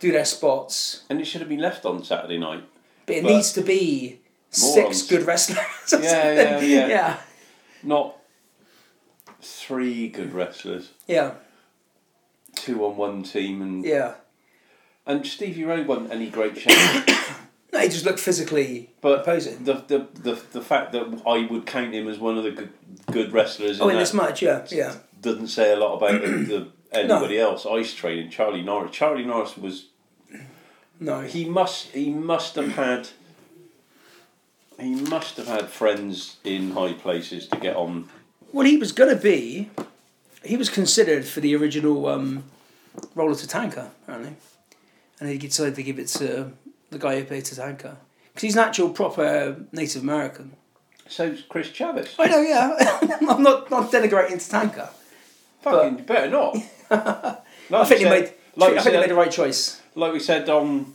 S1: do their spots.
S2: And it should have been left on Saturday night.
S1: But it
S2: But-
S1: needs to be
S2: Morons.
S1: six good wrestlers. or
S2: Yeah, yeah,
S1: something.
S2: yeah.
S1: yeah,
S2: Not three good wrestlers,
S1: yeah,
S2: two on one team, and
S1: yeah.
S2: and Stevie Ray wasn't any great shape.
S1: No, he just looked physically
S2: But
S1: opposing.
S2: the, the the the fact that I would count him as one of the good, good wrestlers
S1: Oh, in
S2: in that
S1: this match, yeah, yeah,
S2: doesn't say a lot about the, the, anybody else. Ice Train and Charlie Norris. Charlie Norris was
S1: no, he,
S2: he must he must have had he must have had friends in high places to get on.
S1: well, he was gonna be, he was considered for the original um, roller to tanker, apparently, and he decided to give it to the guy who played Tatanka because he's an actual proper Native American.
S2: So's Chris Chavez.
S1: I know, yeah. I'm not not denigrating Tatanka.
S2: Fucking better not. Like
S1: I think they
S2: we said-
S1: made,
S2: like we
S1: I think they
S2: said-
S1: made the right choice.
S2: like we said on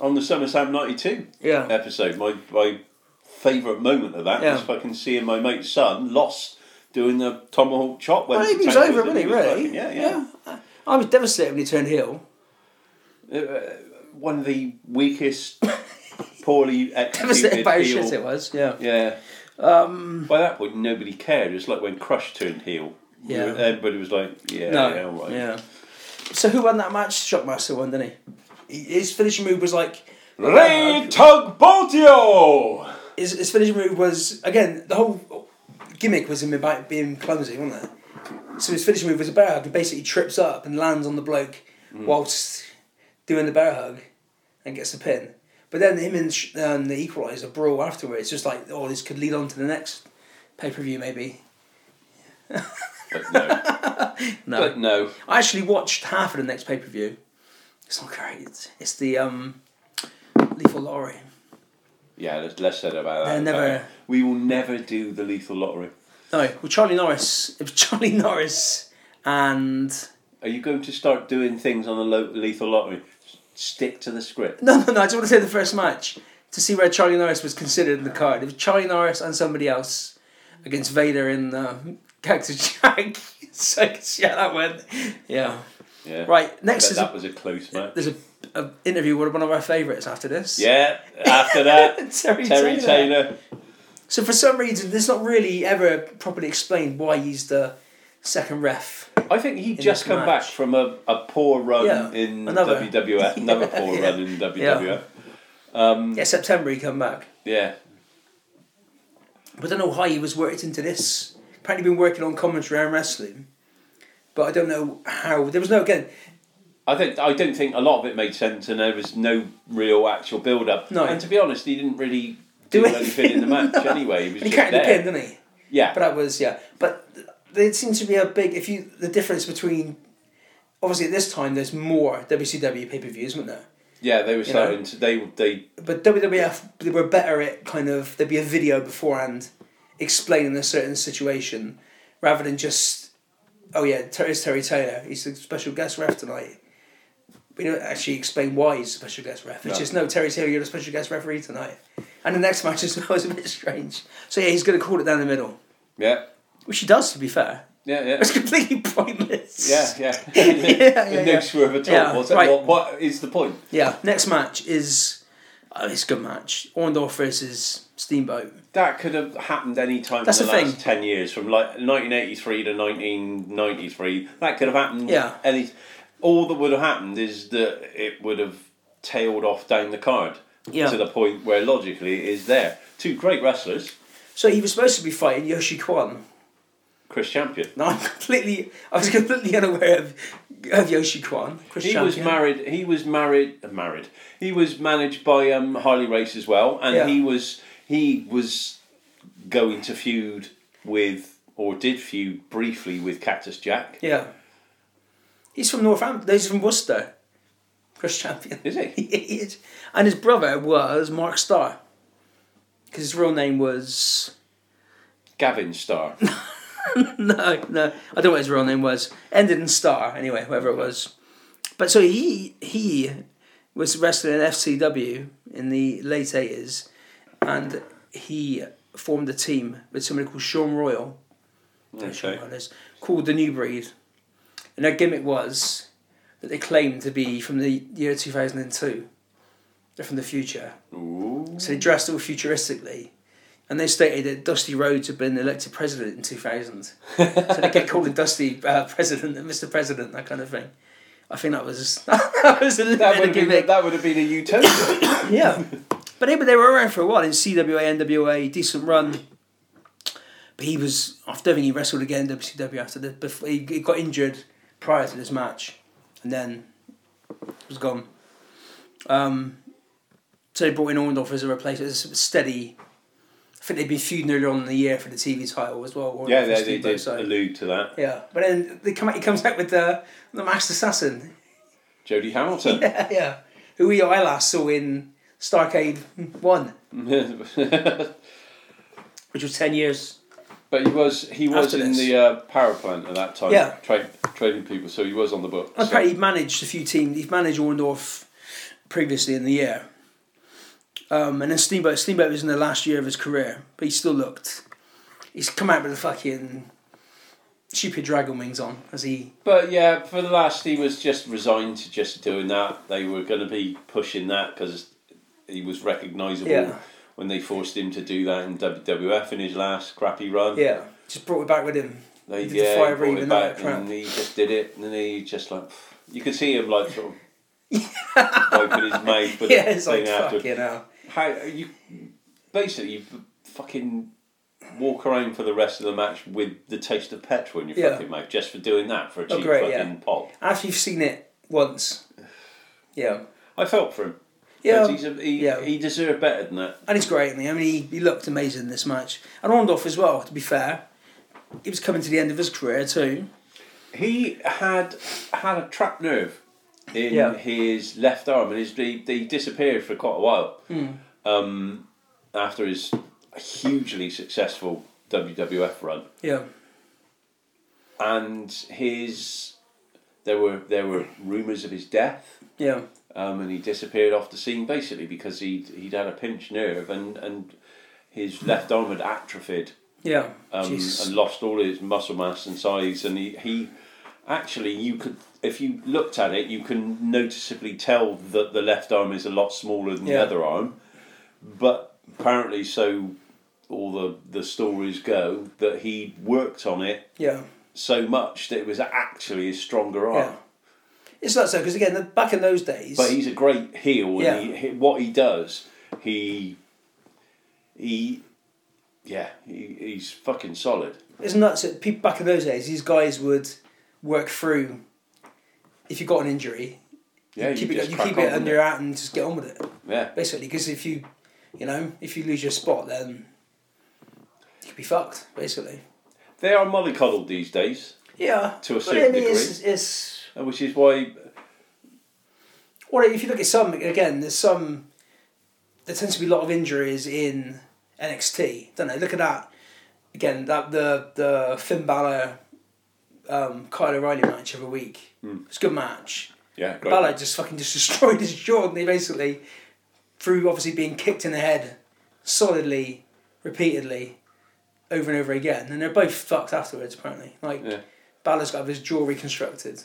S2: on the SummerSlam '92
S1: Yeah.
S2: episode, my my favourite moment of that
S1: Yeah.
S2: was fucking seeing my mate's son lost doing the tomahawk chop. When
S1: Well, he
S2: the
S1: was
S2: tank
S1: over,
S2: in,
S1: wasn't he?
S2: was
S1: Really?
S2: fucking- yeah, yeah.
S1: I was devastated when he turned heel.
S2: One of the weakest, poorly
S1: Devastated
S2: executed
S1: by how
S2: heel-
S1: shit it was. Yeah.
S2: Yeah. Um, By that point, nobody cared. It was like when Crush turned heel.
S1: Yeah.
S2: Everybody was like, yeah,
S1: No.
S2: yeah, all right.
S1: Yeah. So who won that match? Shockmaster won, didn't he? He- His finishing move was like.
S2: Ray Tugboatio!
S1: His, his finishing move was again the whole gimmick was him about being clumsy, wasn't it? So his finishing move was a bear hug. He basically trips up and lands on the bloke whilst doing the bear hug, and gets the pin. But then him and Sh- um, the equalizer brawl afterwards. Just like oh, this could lead on to the next pay per view maybe.
S2: But no.
S1: No.
S2: But no.
S1: I actually watched half of the next pay per view. It's not great. It's, it's the um, Lethal Lottery.
S2: Yeah, let's, let's set about
S1: They're
S2: that.
S1: never-
S2: We will never do the lethal lottery.
S1: No, well, Charlie Norris. It was Charlie Norris and
S2: Are you going to start doing things on the lo- lethal lottery? S- Stick to the script.
S1: no, no, no. I just want to say the first match to see where Charlie Norris was considered in the card. It was Charlie Norris and somebody else against Vader in um, Cactus Jack. so I can see how that went. Yeah.
S2: Yeah.
S1: Right.
S2: I
S1: Next
S2: bet
S1: is
S2: that
S1: a,
S2: was a close match.
S1: there's a, a interview with one of our favourites after this.
S2: Yeah. After that,
S1: Terry,
S2: Terry Taylor.
S1: So for some reason, it's not really ever properly explained why he's the second ref.
S2: I think he
S1: this
S2: just come back
S1: match.
S2: from a, a poor run
S1: Yeah,
S2: in
S1: another-
S2: WWF. Another poor
S1: yeah.
S2: run in WWF. Mm.
S1: Yeah, September he come back.
S2: Yeah.
S1: But I don't know why he was worked into this. Apparently been working on commentary and wrestling. But I don't know how. There was no, again,
S2: I think I don't think a lot of it made sense, and there was no real actual build up.
S1: No.
S2: And to be honest, he didn't really do, anything in the match anyway. He was
S1: and he
S2: just
S1: carried the
S2: there.
S1: pin, didn't he?
S2: Yeah.
S1: But that was, yeah. But th- there seems to be a big if you the difference between obviously at this time there's more WCW pay per views, weren't there?
S2: Yeah, they were
S1: You know?
S2: starting to. They they
S1: But WWF they were better at kind of there'd be a video beforehand explaining a certain situation rather than just oh yeah Ter- it's Terry Taylor he's the special guest ref tonight. We don't actually explain why he's a special guest ref. It's
S2: No.
S1: just no Terry Taylor, you're the special guest referee tonight. And the next match as well is a bit strange. So yeah, he's going to call it down the middle,
S2: yeah
S1: which he does to be fair.
S2: yeah yeah.
S1: It's completely pointless.
S2: Yeah, yeah.
S1: yeah,
S2: There's
S1: yeah.
S2: no swerve at all.
S1: Yeah,
S2: What's that-
S1: right.
S2: what- what is the point?
S1: Yeah, next match is oh, it's a good match. Orndorff versus Steamboat.
S2: That could have happened any time
S1: That's
S2: in the,
S1: the
S2: last ten years, from like 1983 to 1993. That could have happened.
S1: Yeah.
S2: Any, all that would have happened is that it would have tailed off down the card
S1: Yeah.
S2: to the point where logically it is there. Two great wrestlers,
S1: So he was supposed to be fighting Yoshi Kwan.
S2: Chris Champion.
S1: Now I'm completely, I was completely unaware of, of Yoshi Kwan. Chris
S2: He was
S1: Champion.
S2: married. He was married. uh, Married. He was managed by um, Harley Race as well, and
S1: Yeah.
S2: he was he was going to feud with or did feud briefly with Cactus Jack.
S1: Yeah. He's from Northampton. He's from Worcester. Chris Champion.
S2: Is he?
S1: he is. And his brother was Mark Starr. Because his real name was.
S2: Gavin Starr.
S1: no, no. I don't know what his real name was. Ended in Star, anyway, whoever it was. But so he he was wrestling in FCW in the late eighties, and he formed a team with somebody called Sean Royal. Don't know Shawn
S2: Okay.
S1: Royal is, Called the New Breed, and their gimmick was that they claimed to be from the year two thousand and two. They're from the future.
S2: Ooh.
S1: So they dressed all futuristically. And they stated that Dusty Rhodes had been elected president in 2000. so they kept calling Dusty uh, president and Mr. President, that kind of thing. I think that was that was a little
S2: That
S1: bit
S2: would,
S1: of
S2: have been,
S1: gimmick.
S2: that would have been a utopia.
S1: Yeah. But they, but they were around for a while in CWA, NWA, decent run. But he was, I don't think he wrestled again in WCW after the, before he, he got injured prior to this match. And then was gone. Um, so they brought in Orndorff as a replacement, as a steady. I think they'd been feuding earlier on in the year for the TV title as well. Orndorff
S2: yeah,
S1: and
S2: they, they
S1: Steamboat,
S2: did
S1: so-
S2: allude to that.
S1: Yeah, but then they come out, he comes out with the the Masked Assassin.
S2: Jodie Hamilton.
S1: Yeah, yeah. Who we I last saw in Starcade One, which was ten years.
S2: but he was he was
S1: After
S2: in
S1: this.
S2: the uh, power plant at that time.
S1: Yeah. Oh,
S2: Tra- trading people, so he was on the book.
S1: And Apparently, he'd managed a few teams. He'd managed Orndorff previously in the year. Um, and then Steamboat. Steamboat was in the last year of his career, but he still looked. He's come out with a fucking stupid dragon wings on as he.
S2: But yeah, for the last, he was just resigned to just doing that. They were going to be pushing that because he was recognisable
S1: Yeah.
S2: when they forced him to do that in WWF in his last crappy run.
S1: Yeah, just brought it back with him.
S2: they
S1: He did the fire
S2: yeah, he brought
S1: breathing
S2: it
S1: and
S2: back
S1: all that crap.
S2: and he just did it, and then he just like pff. you could see him like sort of wiping his mouth. with
S1: Yeah,
S2: the
S1: it's like
S2: thing after.
S1: fucking hell.
S2: How you basically you fucking walk around for the rest of the match with the taste of petrol in your
S1: Yeah. Oh,
S2: fucking mouth just for doing that for a cheap
S1: great, yeah.
S2: fucking pop.
S1: After you've seen it once, yeah,
S2: I felt for him.
S1: yeah.
S2: 'Cause He's a, he,
S1: Yeah.
S2: he deserved better than that.
S1: And it's great, isn't he? I mean, he, he looked amazing in this match. And Orndorff as well, to be fair. He was coming to the end of his career too.
S2: He had had a trapped nerve in
S1: Yeah.
S2: his left arm, and his, he, he disappeared for quite a while um, after his hugely successful WWF run.
S1: Yeah.
S2: And his there were there were rumours of his death,
S1: Yeah.
S2: um, and he disappeared off the scene basically because he'd he'd had a pinched nerve and and his left arm had atrophied
S1: Yeah.
S2: um,
S1: Jesus.
S2: and lost all his muscle mass and size. And he, he actually, you could, if you looked at it, you can noticeably tell that the left arm is a lot smaller than the
S1: Yeah.
S2: other arm. But apparently, so all the, the stories go that he worked on it
S1: yeah.
S2: so much that it was actually his stronger arm.
S1: Yeah. It's not so because again, the, back in those days,
S2: But he's a great heel, and
S1: Yeah.
S2: he, he, what he does, he, he, yeah, he, he's fucking solid.
S1: it's nuts. That people back in those days, these guys would work through. If you got an injury,
S2: Yeah,
S1: keep it,
S2: just
S1: you
S2: crack
S1: keep
S2: on
S1: it
S2: with
S1: under your hat and just get on with it.
S2: Yeah,
S1: Basically, because if you, you know, if you lose your spot, then you could be fucked. Basically,
S2: They are mollycoddled these days,
S1: Yeah.
S2: To a
S1: But
S2: certain
S1: I mean, It's,
S2: degree.
S1: it's
S2: uh, which is why
S1: well, if you look at some again, there's some. There tends to be a lot of injuries in NXT, don't they? Look at that again. That the the Finn Balor, um, Kyle O'Reilly match every week. It's a good match.
S2: yeah, great.
S1: Balor just fucking just destroyed his jaw. and They basically, through obviously being kicked in the head, solidly, repeatedly, over and over again, and they're both fucked afterwards. Apparently, like
S2: Yeah.
S1: Balor's got his jaw reconstructed.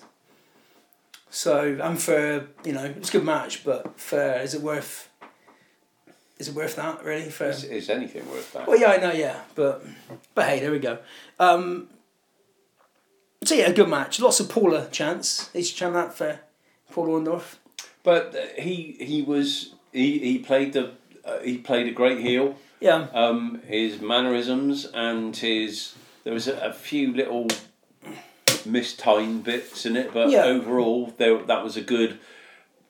S1: So and for you know it's a good match, but for is it worth? Is it worth that really? For
S2: Is, is anything worth that?
S1: well, yeah, I know, yeah, but but hey, there we go. Um, so yeah, a good match. Lots of Paula chance. They should chant that for Paul Orndorff.
S2: But uh, he he was he, he played the uh, he played a great heel.
S1: Yeah,
S2: Um, his mannerisms and his there was a, a few little mistimed bits in it, but
S1: Yeah.
S2: overall there that was a good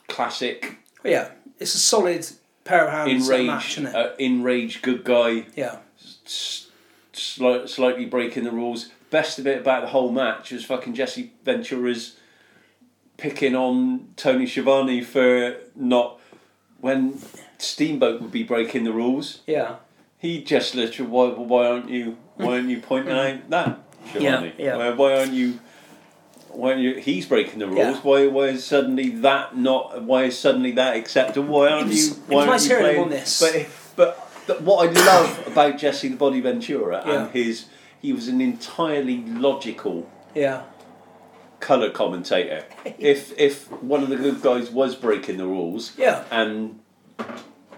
S2: classic
S1: Well, yeah, it's a solid pair of hands that match, isn't
S2: enraged
S1: it?
S2: uh, enraged good guy
S1: yeah,
S2: s- slight, slightly breaking the rules. Best of it about the whole match was fucking Jesse Ventura's picking on Tony Schiavone for not when Steamboat would be breaking the rules.
S1: yeah,
S2: He just literally why why aren't you why aren't you pointing out that Schiavone?
S1: Yeah, yeah.
S2: Why, why aren't you? Why aren't you, he's breaking the rules.
S1: Yeah.
S2: Why, why is suddenly that not? Why is suddenly that acceptable? Why aren't
S1: was-
S2: you?
S1: it was
S2: Why aren't
S1: nice
S2: you
S1: hearing him
S2: playing-
S1: on this.
S2: But but th- what I love about Jesse the Body Ventura
S1: Yeah.
S2: and his he was an entirely logical
S1: yeah,
S2: color commentator. if if one of the good guys was breaking the rules,
S1: Yeah.
S2: and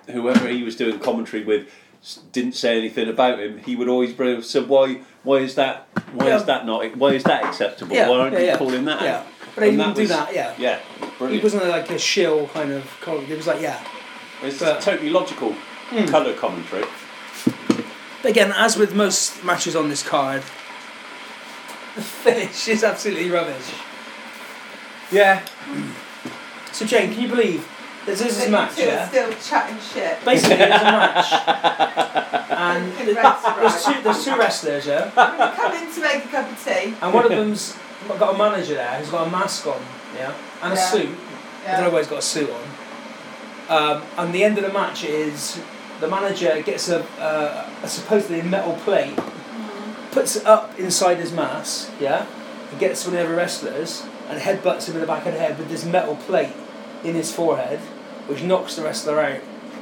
S2: whoever he was doing commentary with s- didn't say anything about him, he would always bring. So why why is that why
S1: Yeah.
S2: is that not why is that acceptable?
S1: yeah.
S2: why aren't
S1: yeah,
S2: you
S1: yeah.
S2: calling that?
S1: Yeah,
S2: out?
S1: but they
S2: And
S1: didn't do
S2: was-
S1: that. Yeah,
S2: Yeah,
S1: it
S2: brilliant.
S1: wasn't like a shill kind of. Comment. It was like yeah.
S2: it's
S1: but-
S2: totally logical
S1: Hmm.
S2: color commentary.
S1: But again, as with most matches on this card, the finish is absolutely rubbish.
S2: Yeah,
S1: So Jane, can you believe this is this
S3: you
S1: match?
S3: two are
S1: Yeah.
S3: still chatting shit.
S1: Basically, it's a match, and
S3: Fucking rats, right.
S1: there's two there's two wrestlers, yeah,
S3: Come in to make a cup of tea.
S1: and one of them's got a manager there who's got a mask on, yeah, and a
S3: Yeah.
S1: suit. I don't know why he's got a suit on. Um, and the end of the match is the manager gets a, uh, a supposedly metal plate,
S3: Mm-hmm.
S1: puts it up inside his mask, yeah, and gets one of the other wrestlers and headbutts him in the back of the head with this metal plate in his forehead, which knocks the wrestler out,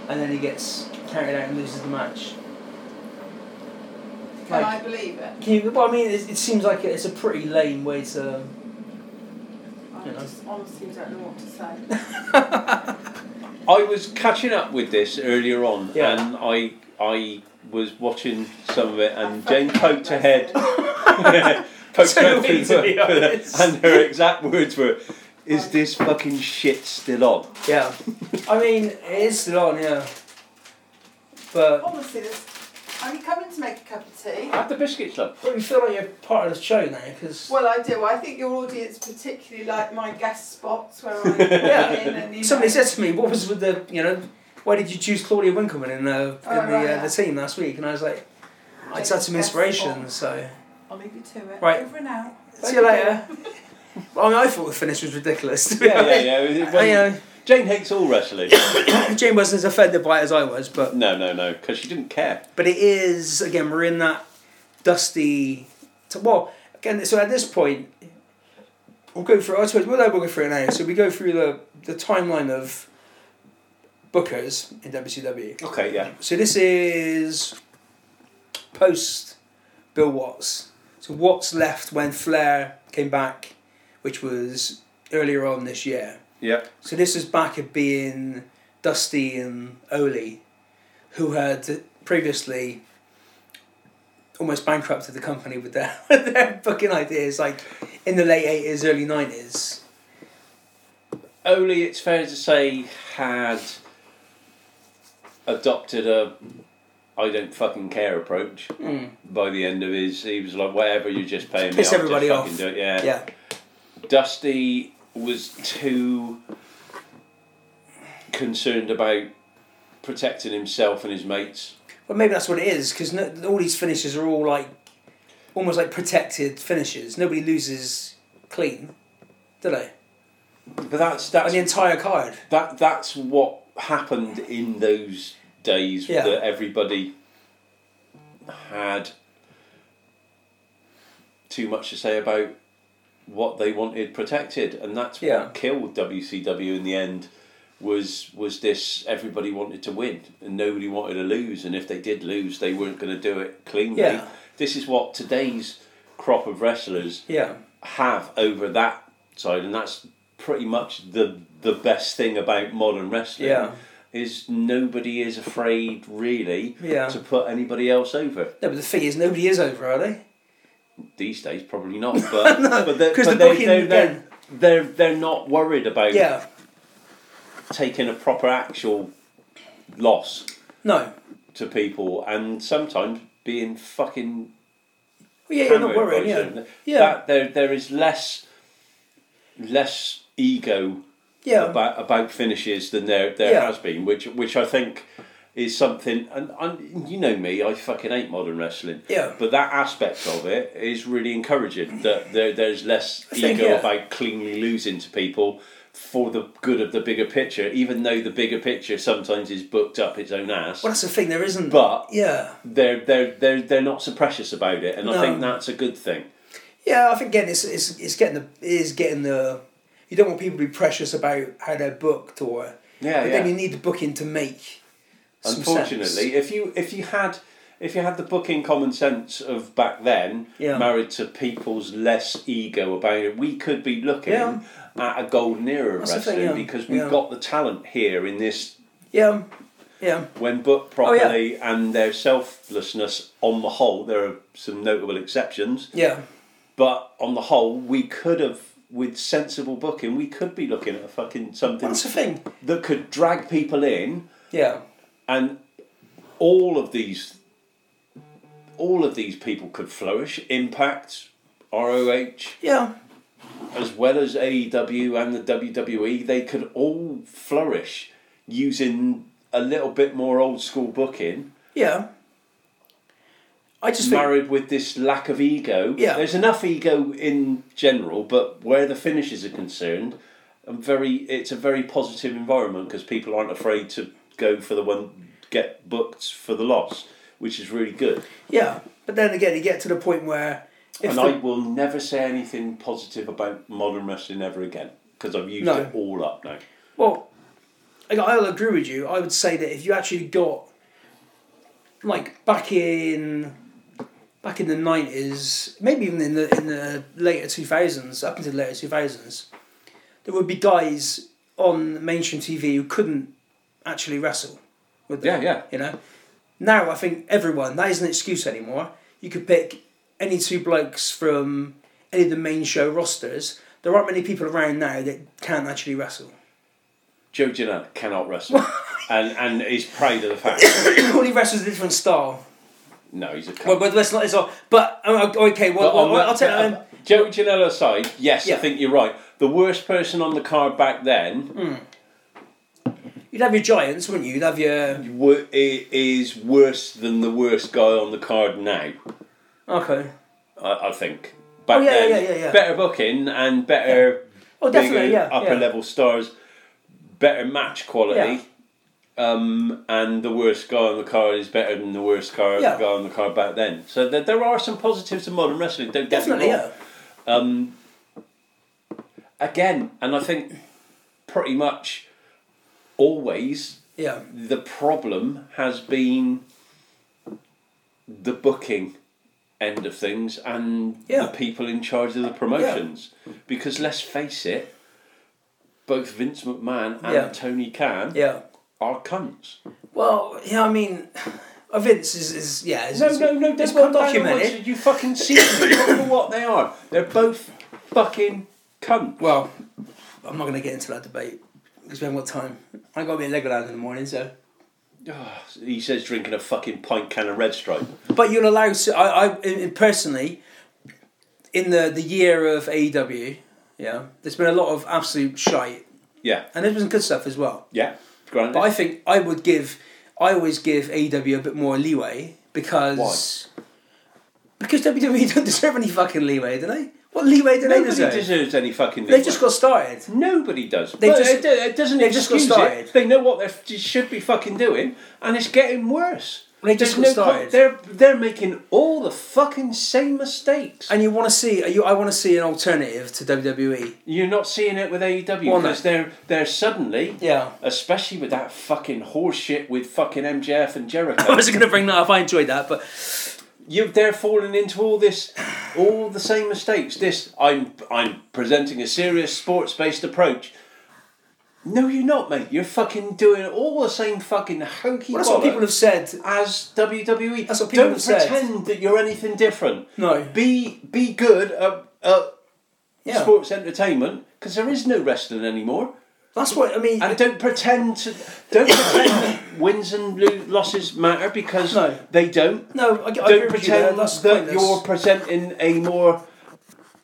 S1: and then he gets carried out and loses the match.
S3: Can
S1: Like-
S3: I believe it?
S1: Can you, well, I mean, it, it seems like it's a pretty lame way to.
S3: I
S1: You know.
S3: just honestly don't know what to say.
S2: I was catching up with this earlier on,
S1: Yeah.
S2: and I I was watching some of it, and
S3: I
S2: Jane
S3: fucking
S2: poked her
S3: hate
S2: head,
S3: wrestling.
S2: poked her
S1: Too
S2: head
S1: easy,
S2: through
S1: to
S2: the-
S1: be
S2: through the-
S1: honest.
S2: and her exact words were, "Is this fucking shit still on?"
S1: Yeah. I mean, it is still on, yeah. But
S3: Honestly, this. Are you coming to make a cup of tea?
S2: Have the biscuits, love.
S1: Well, you feel like you're part of the show now, because
S3: Well, I do. I think your audience particularly like my guest spots where I come in and you
S1: somebody
S3: know,
S1: said to me, "What was with the you know, why did you choose Claudia Winkleman in the in
S3: Oh,
S1: the,
S3: right,
S1: uh,
S3: yeah.
S1: the team last week?" And I was like, "I just
S3: Like
S1: had some
S3: best
S1: inspiration."
S3: spot.
S1: So
S3: I'll leave you to it.
S1: Right.
S3: Over and out.
S1: see you later. well, I mean, I thought the finish was ridiculous. to be
S2: Yeah,
S1: honest.
S2: yeah,
S1: I,
S2: yeah. When- Jane hates all wrestling.
S1: you know, uh, Jane wasn't as offended by it as I was, but
S2: no, no, no, because she didn't care.
S1: but it is again we're in that dusty. T- well, again, so at this point, we'll go through. I suppose we'll, we'll go through it now. So we go through the the timeline of bookers in WCW.
S2: Okay, yeah,
S1: So this is post Bill Watts. So Watts left when Flair came back, which was earlier on this year.
S2: yeah,
S1: So this is back at being Dusty and Oli, who had previously almost bankrupted the company with their with their fucking ideas, like in the late eighties, early nineties.
S2: Only it's fair to say had adopted a I don't fucking care approach. By the end of his, he was like, "Whatever, you're just paying me.
S1: Hmm. Piss
S2: I'll
S1: everybody
S2: just
S1: off.
S2: fucking do it." Yeah.
S1: Yeah,
S2: Dusty was too concerned about protecting himself and his mates.
S1: but maybe that's what it is because all these finishes are all like almost like protected finishes. Nobody loses clean, do they?
S2: But that's
S1: On
S2: that's
S1: the entire card.
S2: that that's what happened in those days
S1: Yeah.
S2: that everybody had too much to say about what they wanted protected and that's
S1: Yeah.
S2: what killed WCW in the end was was this everybody wanted to win and nobody wanted to lose and if they did lose they weren't going to do it cleanly
S1: Yeah.
S2: this is what today's crop of wrestlers
S1: Yeah.
S2: have over that side, and that's pretty much the the best thing about modern wrestling.
S1: Yeah.
S2: Is nobody is afraid really
S1: Yeah.
S2: to put anybody else over
S1: No, but the thing is, nobody is over, are they?
S2: these days? Probably not, but but, they're,
S1: 'cause
S2: but
S1: the
S2: they,
S1: booking
S2: they're,
S1: again-
S2: they're, they're they're not worried about
S1: Yeah.
S2: taking a proper actual loss
S1: No.
S2: to people, and sometimes being fucking
S1: Well, yeah, you're not
S2: hammered by
S1: worrying. Yeah.
S2: them.
S1: Yeah.
S2: That, there there is less less ego
S1: yeah.
S2: about about finishes than there there
S1: Yeah.
S2: has been, which which I think is something. And I'm, you know me, I fucking hate modern wrestling.
S1: Yeah.
S2: But that aspect of it is really encouraging that there there's less
S1: I
S2: ego
S1: think, yeah.
S2: about cleanly losing to people for the good of the bigger picture, even though the bigger picture sometimes is booked up its own ass.
S1: well, that's the thing. There isn't.
S2: But-
S1: yeah,
S2: they're they're they're they're not so precious about it, and
S1: No.
S2: I think that's a good thing.
S1: yeah. I think again, it's it's, it's getting the it is getting the. You don't want people to be precious about how they're booked, or
S2: Yeah,
S1: but
S2: yeah.
S1: then you need the booking to make. some sense.
S2: Unfortunately, if you if you had if you had the booking common sense of back then,
S1: Yeah.
S2: married to people's less ego about it, we could be looking
S1: Yeah.
S2: at a golden era of
S1: That's the
S2: wrestling
S1: thing, yeah.
S2: because we've
S1: Yeah.
S2: got the talent here in this
S1: yeah, yeah,
S2: when booked
S1: Oh, yeah.
S2: properly and their selflessness on the whole. There are some notable exceptions,
S1: yeah,
S2: but on the whole, we could have. With sensible booking, we could be looking at fucking something
S1: that's the thing.
S2: that could drag people in
S1: Yeah,
S2: and all of these all of these people could flourish impact ROH
S1: yeah,
S2: as well as AEW and the WWE they could all flourish using a little bit more old school booking
S1: yeah. I just think,
S2: married with this lack of ego
S1: Yeah.
S2: there's enough ego in general but where the finishes are concerned i very it's a very positive environment because people aren't afraid to go for the one get booked for the loss which is really good
S1: yeah. But then again, you get to the point where if
S2: and
S1: the-
S2: I will never say anything positive about modern wrestling ever again because I've used
S1: No.
S2: it all up now.
S1: Well, I- I'll agree with you. I would say that if you actually got, like back in, back in the nineties, maybe even in the in the later two thousands, up until the later two thousands, there would be guys on mainstream TV who couldn't actually wrestle. Would they?
S2: Yeah, yeah.
S1: You know, now I think everyone that is an excuse anymore. You could pick any two blokes from any of the main show rosters. There aren't many people around now that can't actually wrestle.
S2: Joe Janela cannot wrestle, and and is proud of the fact.
S1: Well, he wrestles a different style.
S2: no, he's a. cunt.
S1: Well, but let's not. It's all, but um, okay. Well,
S2: But on
S1: well,
S2: that-
S1: I'll um, take that. then.
S2: Joe Janela aside, yes,
S1: Yeah.
S2: I think you're right. The worst person on the card back then
S1: You'd have your giants, wouldn't you? You'd have your
S2: wor- i- is worse than the worst guy on the card now.
S1: okay.
S2: I, I think. Back
S1: Oh, yeah,
S2: then,
S1: yeah, yeah, yeah.
S2: better booking and better
S1: Oh, definitely,
S2: bigger
S1: yeah,
S2: upper
S1: yeah.
S2: level stars, better match quality. Um, and the worst guy on the card is better than the worst car,
S1: Yeah.
S2: guy on the card back then. So there, there are some positives to modern wrestling. Don't get me
S1: Definitely,
S2: wrong.
S1: yeah.
S2: Again, and I think pretty much always
S1: Yeah,
S2: the problem has been the booking end of things and
S1: Yeah.
S2: the people in charge of the promotions. Because let's face it, both Vince McMahon and
S1: Yeah.
S2: Tony Khan
S1: yeah.
S2: are cunts.
S1: Well, yeah. I mean, uh, Vince is, is yeah. Is, is- It's
S2: they're
S1: well
S2: cunt animals.
S1: documented.
S2: You fucking see them Look for what they are. They're both fucking cunts.
S1: Well, I'm not going to get into that debate because we haven't got time. I got to be in Legoland in the morning, so.
S2: Ah, He says drinking a fucking pint can of Red Stripe.
S1: But you'll allow. So I, I in, in personally, in the the year of AEW, yeah, there's been a lot of absolute shite,
S2: Yeah,
S1: and there's been good stuff as well.
S2: yeah. Granted.
S1: But I think I would E give, I always give AEW a bit more leeway because Because WWE don't deserve any fucking leeway, do they? What leeway do they
S2: Nobody
S1: deserve?
S2: deserves any fucking.
S1: They
S2: leeway.
S1: just got started.
S2: Nobody does.
S1: They
S2: But
S1: just-
S2: it, it doesn't
S1: they just got
S2: excuse it.
S1: started.
S2: They know what they f- should be fucking doing, and it's getting worse.
S1: They just
S2: There's
S1: got
S2: no
S1: started.
S2: point- They're they're making all the fucking same mistakes.
S1: And you want to see, you, I want to see an alternative to E. WWE.
S2: You're not seeing it with AEW
S1: Well, no.
S2: because they're they're suddenly,
S1: Yeah.
S2: especially with that fucking horseshit with fucking MJF and
S1: I
S2: Jericho.
S1: wasn't going to bring that up. I enjoyed that, but
S2: you they're falling into all this all the same mistakes this i'm i'm presenting a serious sports based approach no you're not mate you're fucking doing all the same fucking hokey
S1: well, that's what
S2: bollocks
S1: people have said.
S2: as WWE
S1: That's what people
S2: don't
S1: have said.
S2: pretend that you're anything different
S1: No.
S2: be be good at, at
S1: Yeah.
S2: sports entertainment because there is no wrestling anymore
S1: That's what I mean.
S2: and don't pretend to don't pretend that wins and lo- losses matter because
S1: No.
S2: they don't
S1: no, I, I agree
S2: don't
S1: with you. There.
S2: pretend
S1: That's
S2: that
S1: pointless.
S2: you're presenting a more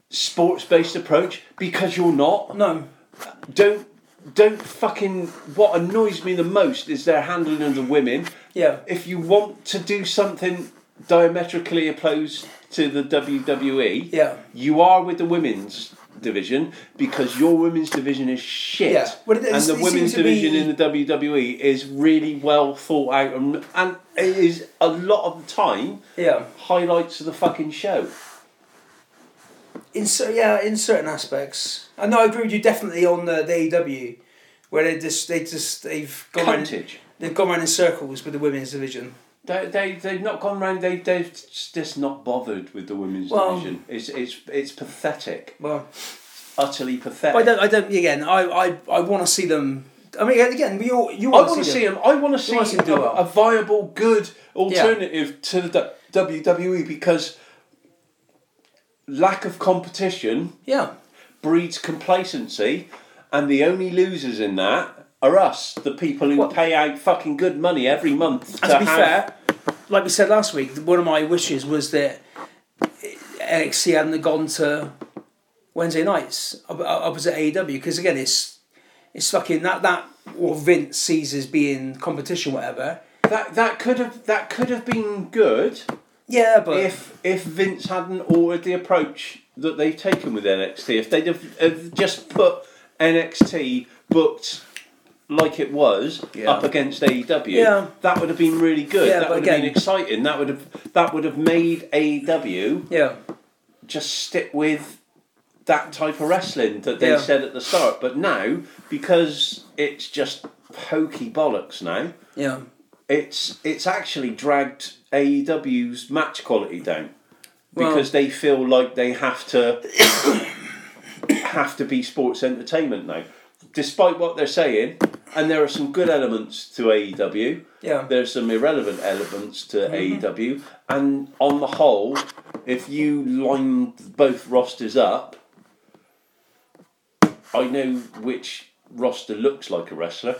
S2: sports-based approach because you're not.
S1: no.
S2: Don't don't fucking. What annoys me the most is their handling of the women.
S1: Yeah.
S2: If you want to do something diametrically opposed to the WWE,
S1: Yeah.
S2: you are with the women's division because your women's division is shit
S1: Yeah. Well, it-
S2: and
S1: it's-
S2: the
S1: it
S2: women's
S1: seems to
S2: division
S1: be-
S2: in the WWE is really well thought out and, and it is a lot of the time
S1: Yeah.
S2: highlights of the fucking show.
S1: In cer- yeah, in certain aspects. I know I agree with you definitely on the, the AEW, where they just they just they've gone round-
S2: Cuntage.
S1: they've gone round in circles with the women's division.
S2: They, they, they've not gone round, they, they've just not bothered with the women's
S1: Well-
S2: division. It's, it's, it's pathetic.
S1: Well,
S2: Utterly
S1: I
S2: pathetic.
S1: don't. I don't. Again, I I, I want to see them. I mean, again, we all you
S2: I
S1: want to see, them.
S2: them. I want to see,
S1: wanna see them do
S2: a,
S1: well.
S2: a viable, good alternative to the du- WWE because lack of competition
S1: Yeah.
S2: breeds complacency, and the only losers in that are us, the people who
S1: Well-
S2: pay out fucking good money every month.
S1: And to be fair, like we said last week, one of my wishes was that NXT hadn't gone to Wednesday nights op- opposite AEW because E again, it's it's fucking that that what Vince sees as being competition, whatever.
S2: that that could have that could have been good
S1: Yeah, but
S2: if if Vince hadn't ordered the approach that they've taken with NXT. If they'd have, have just put NXT booked. Like it was
S1: Yeah.
S2: up against AEW,
S1: Yeah.
S2: that would have been really good.
S1: Yeah,
S2: that
S1: but
S2: would have been
S1: again-
S2: exciting. That would have that would have made AEW
S1: yeah,
S2: just stick with that type of wrestling that they
S1: Yeah.
S2: said at the start. But now, because it's just hokey bollocks now,
S1: yeah,
S2: it's it's actually dragged AEW's match quality down
S1: Well-
S2: because they feel like they have to have to be sports entertainment now. Despite what they're saying, and there are some good elements to E AEW,
S1: yeah,
S2: there's some irrelevant elements to
S1: Mm-hmm.
S2: AEW, and on the whole, if you lined both rosters up, I know which roster looks like a wrestler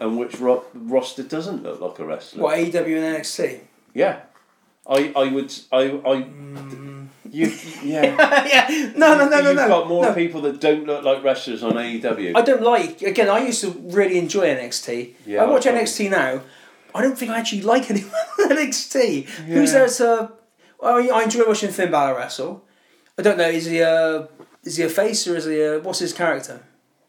S2: and which ro- roster doesn't look like a wrestler.
S1: what AEW and NXT.
S2: Yeah, I, I would I I you yeah.
S1: yeah, Mm. no, no, no, no,
S2: You've
S1: no.
S2: got more
S1: no.
S2: people that don't look like wrestlers on E AEW.
S1: I don't like. Again, I used to really enjoy NXT.
S2: Yeah,
S1: I watch
S2: I-
S1: NXT now. I don't think I actually like anyone on NXT. Who's there to? Well, I I enjoy watching Finn Balor wrestle. I don't know. Is he a is he a face or is he a what's his character?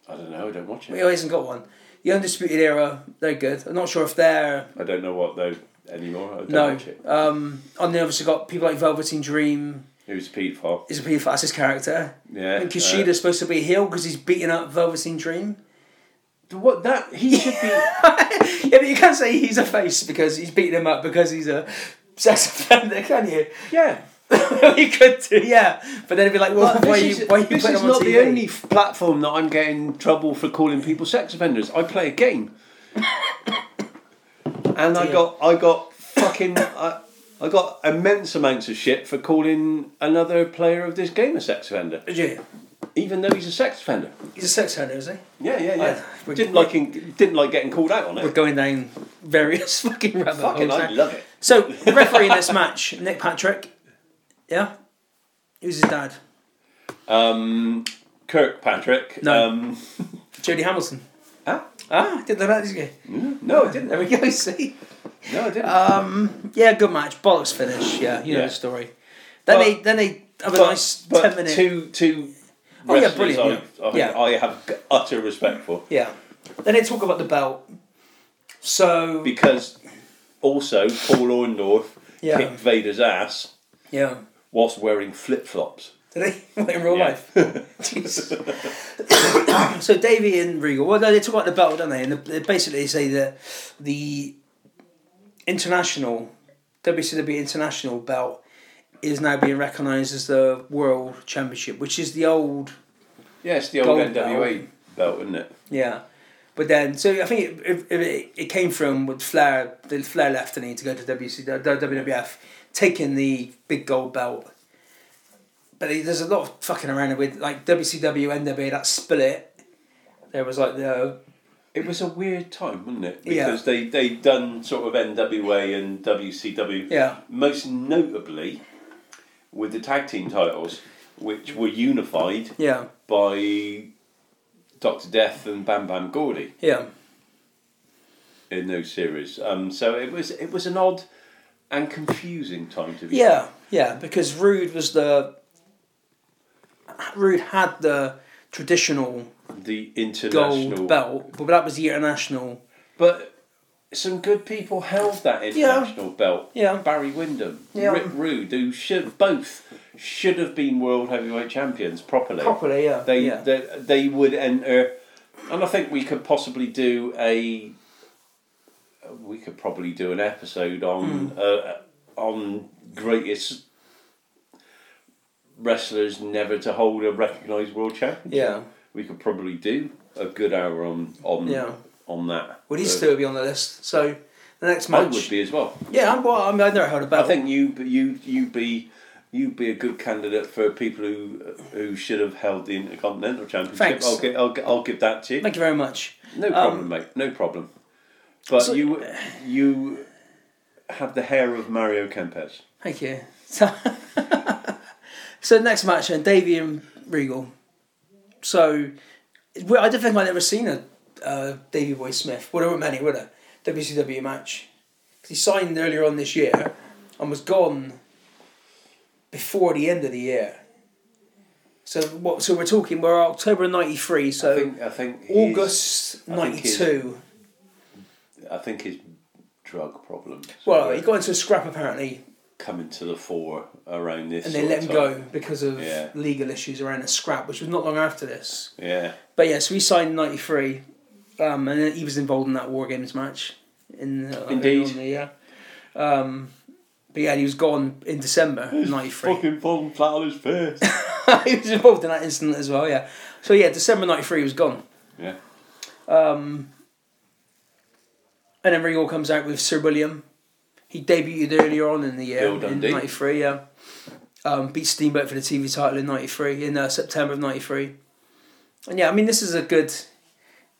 S2: I don't know. I don't watch
S1: He
S2: it.
S1: hasn't got one. The Undisputed Era, they're good. I'm not sure if they're
S2: I don't know what though anymore. I don't
S1: no.
S2: watch it.
S1: Um, and then obviously got people like Velveteen Dream
S2: Who's Pete for?
S1: is a pretty fast his character.
S2: Yeah.
S1: And
S2: uh,
S1: Kushida's supposed to be a heel because he's beating up Velveteen Dream.
S2: What that he should be?
S1: Yeah, but you can't say he's a face because he's beating him up because he's a sex offender, can you?
S2: yeah.
S1: you could do, yeah. But then it'd be like, well, why,
S2: this
S1: you,
S2: is,
S1: why you
S2: this
S1: putting
S2: is
S1: him on
S2: not
S1: TV?
S2: the only f- platform that I'm getting trouble for calling people sex offenders. I play a game, and I
S1: Dear.
S2: got I got fucking I, I got immense amounts of shit for calling another player of this game a sex offender,
S1: Yeah.
S2: even though he's a sex offender.
S1: He's a sex offender, is he?
S2: Yeah, yeah, yeah.
S1: I- we-
S2: didn't like in, didn't like getting called out on
S1: We're
S2: it.
S1: going down various fucking rabbit
S2: Fucking,
S1: holes.
S2: I
S1: now.
S2: love it.
S1: So, referee in this match, Nick Patrick. Yeah? Who's his dad?
S2: Um, Kirkpatrick.
S1: No.
S2: Um,
S1: Jodie Hamilton.
S2: huh?
S1: Ah, I didn't know that, did you?
S2: No, I didn't.
S1: There we go, see?
S2: No, I didn't.
S1: Yeah, good match. Bollocks finish. Yeah, you know
S2: Yeah.
S1: the story. Then
S2: But-
S1: they then they have a
S2: but,
S1: nice
S2: but
S1: ten minute.
S2: two two
S1: Oh, yeah,
S2: wrestlers
S1: brilliant,
S2: I, I,
S1: yeah.
S2: I have g- utter respect for
S1: Yeah. Then they talk about the belt. So
S2: because also Paul Orndorff
S1: Yeah.
S2: kicked Vader's ass
S1: yeah,
S2: whilst wearing flip flops.
S1: did they in real
S2: Yeah.
S1: life? Jesus. so Davy and Regal, well, they talk about the belt, don't they? And they basically say that the international WCW international belt is now being recognised as the world championship, which is the old
S2: Yeah, it's the old
S1: Gold
S2: NWA belt, isn't it?
S1: Yeah, but then so I think it, it, it, it came from with Flair. The Flair left and he to go to WC, uh, WWF, taking the big gold belt. But he- there's a lot of fucking around with like WCW, NWA, that split. There was like the
S2: It was a weird time, wasn't it?
S1: Yeah.
S2: Because they they done sort of NWA and WCW.
S1: Yeah.
S2: Most notably, with the tag team titles, which were unified
S1: yeah
S2: by Doctor Death and Bam Bam Gordy
S1: yeah
S2: in those series. Um, so it was it was an odd and confusing time to be.
S1: yeah yeah because Rude was the Rude had the traditional
S2: The
S1: gold
S2: international
S1: belt, but that was the international.
S2: But some good people held that international belt.
S1: Yeah.
S2: Barry Windham,
S1: Yeah.
S2: Rick Rude, who should both should have been world heavyweight champions properly.
S1: Properly, yeah.
S2: They,
S1: yeah.
S2: they they would enter, and I think we could possibly do a. We could probably do an episode on
S1: Hmm.
S2: uh, on greatest wrestlers never to hold a recognised world championship.
S1: yeah.
S2: We could probably do a good hour on on
S1: Yeah.
S2: on that.
S1: Well, these
S2: Uh,
S1: two will be on the list. So the next
S2: I
S1: match.
S2: would be as well.
S1: Yeah, I'm, well, I mean, I've never heard
S2: I
S1: about.
S2: think you you you be you be a good candidate for people who who should have held the Intercontinental Championship.
S1: Thanks.
S2: I'll give I'll, gi- I'll give that to you.
S1: Thank you very much.
S2: No problem, mate. No problem. But
S1: Um, So-
S2: you you have the hair of Mario Kempes.
S1: Thank you. So, so next match then Davey and Regal. So, well, I don't think I've ever seen a uh, Davey Boy Smith. Well, there weren't many, were there? WCW match. 'Cause he signed earlier on this year and was gone before the end of the year. So what? So we're talking we're October '93.
S2: I
S1: So
S2: think I think his-
S1: August
S2: I think his-
S1: '92.
S2: I think his drug problems
S1: Well,
S2: were
S1: he got into a scrap apparently
S2: coming to the fore around this.
S1: and they
S2: sort
S1: let
S2: of
S1: him
S2: time.
S1: go because of
S2: Yeah.
S1: legal issues around a scrap, which was not long after this.
S2: Yeah,
S1: But yeah, so he signed in '93, um, and then he was involved in that War Games match. In the,
S2: Indeed.
S1: in the- yeah. Um, but yeah, and he was gone in December '93.
S2: fucking falling flat on his face.
S1: he was involved in that incident as well. Yeah. So yeah, December '93 he was gone,
S2: yeah,
S1: and then Regal comes out with Sir William. He debuted earlier on in the year
S2: Bill
S1: in
S2: Dundee.
S1: '93. Yeah. Um, beat Steamboat for the TV title in '93 in uh, September of '93. And yeah, I mean this is a good.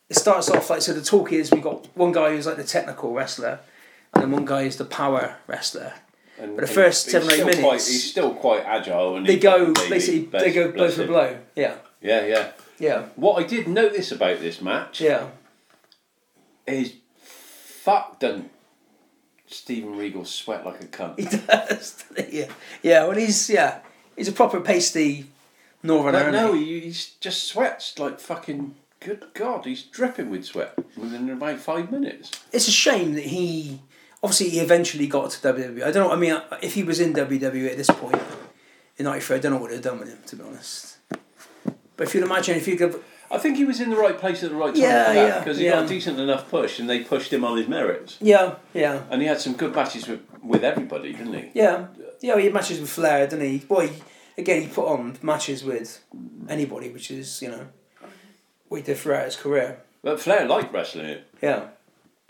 S1: It starts off like so. The talk is we got one guy who's like the technical wrestler, and then one guy who's the power wrestler.
S2: and
S1: But the
S2: he-
S1: first
S2: he's
S1: seven or eight
S2: still quite-
S1: minutes-
S2: he's still quite agile, and
S1: They
S2: he
S1: go
S2: fucking did
S1: basically.
S2: his best,
S1: They go blow
S2: bless
S1: for
S2: him.
S1: blow. Yeah,
S2: Yeah, yeah.
S1: yeah,
S2: What I did notice about this match
S1: yeah.
S2: is fuck done Stephen Regal sweat like a cunt.
S1: He does. yeah, yeah. Well, he's yeah. He's a proper pasty northerner.
S2: no, no,
S1: No,
S2: he, he's just sweats like fucking. Good God, he's dripping with sweat within about five minutes.
S1: it's a shame that he. Obviously, he eventually got to WWE. I don't know. I mean, if he was in WWE at this point in '93, I don't know what they'd have done with him. To be honest. But if you'd imagine, if you could,
S2: I think he was in the right place at the right time
S1: Yeah,
S2: for that
S1: yeah,
S2: because he
S1: yeah.
S2: got a decent enough push, and they pushed him on his merits.
S1: yeah, yeah.
S2: And he had some good matches with, with everybody, didn't he?
S1: Yeah, yeah. He had matches with Flair, didn't he? Boy, again, he put on matches with anybody, which is you know, what he did throughout his career.
S2: But Flair liked wrestling it.
S1: Yeah,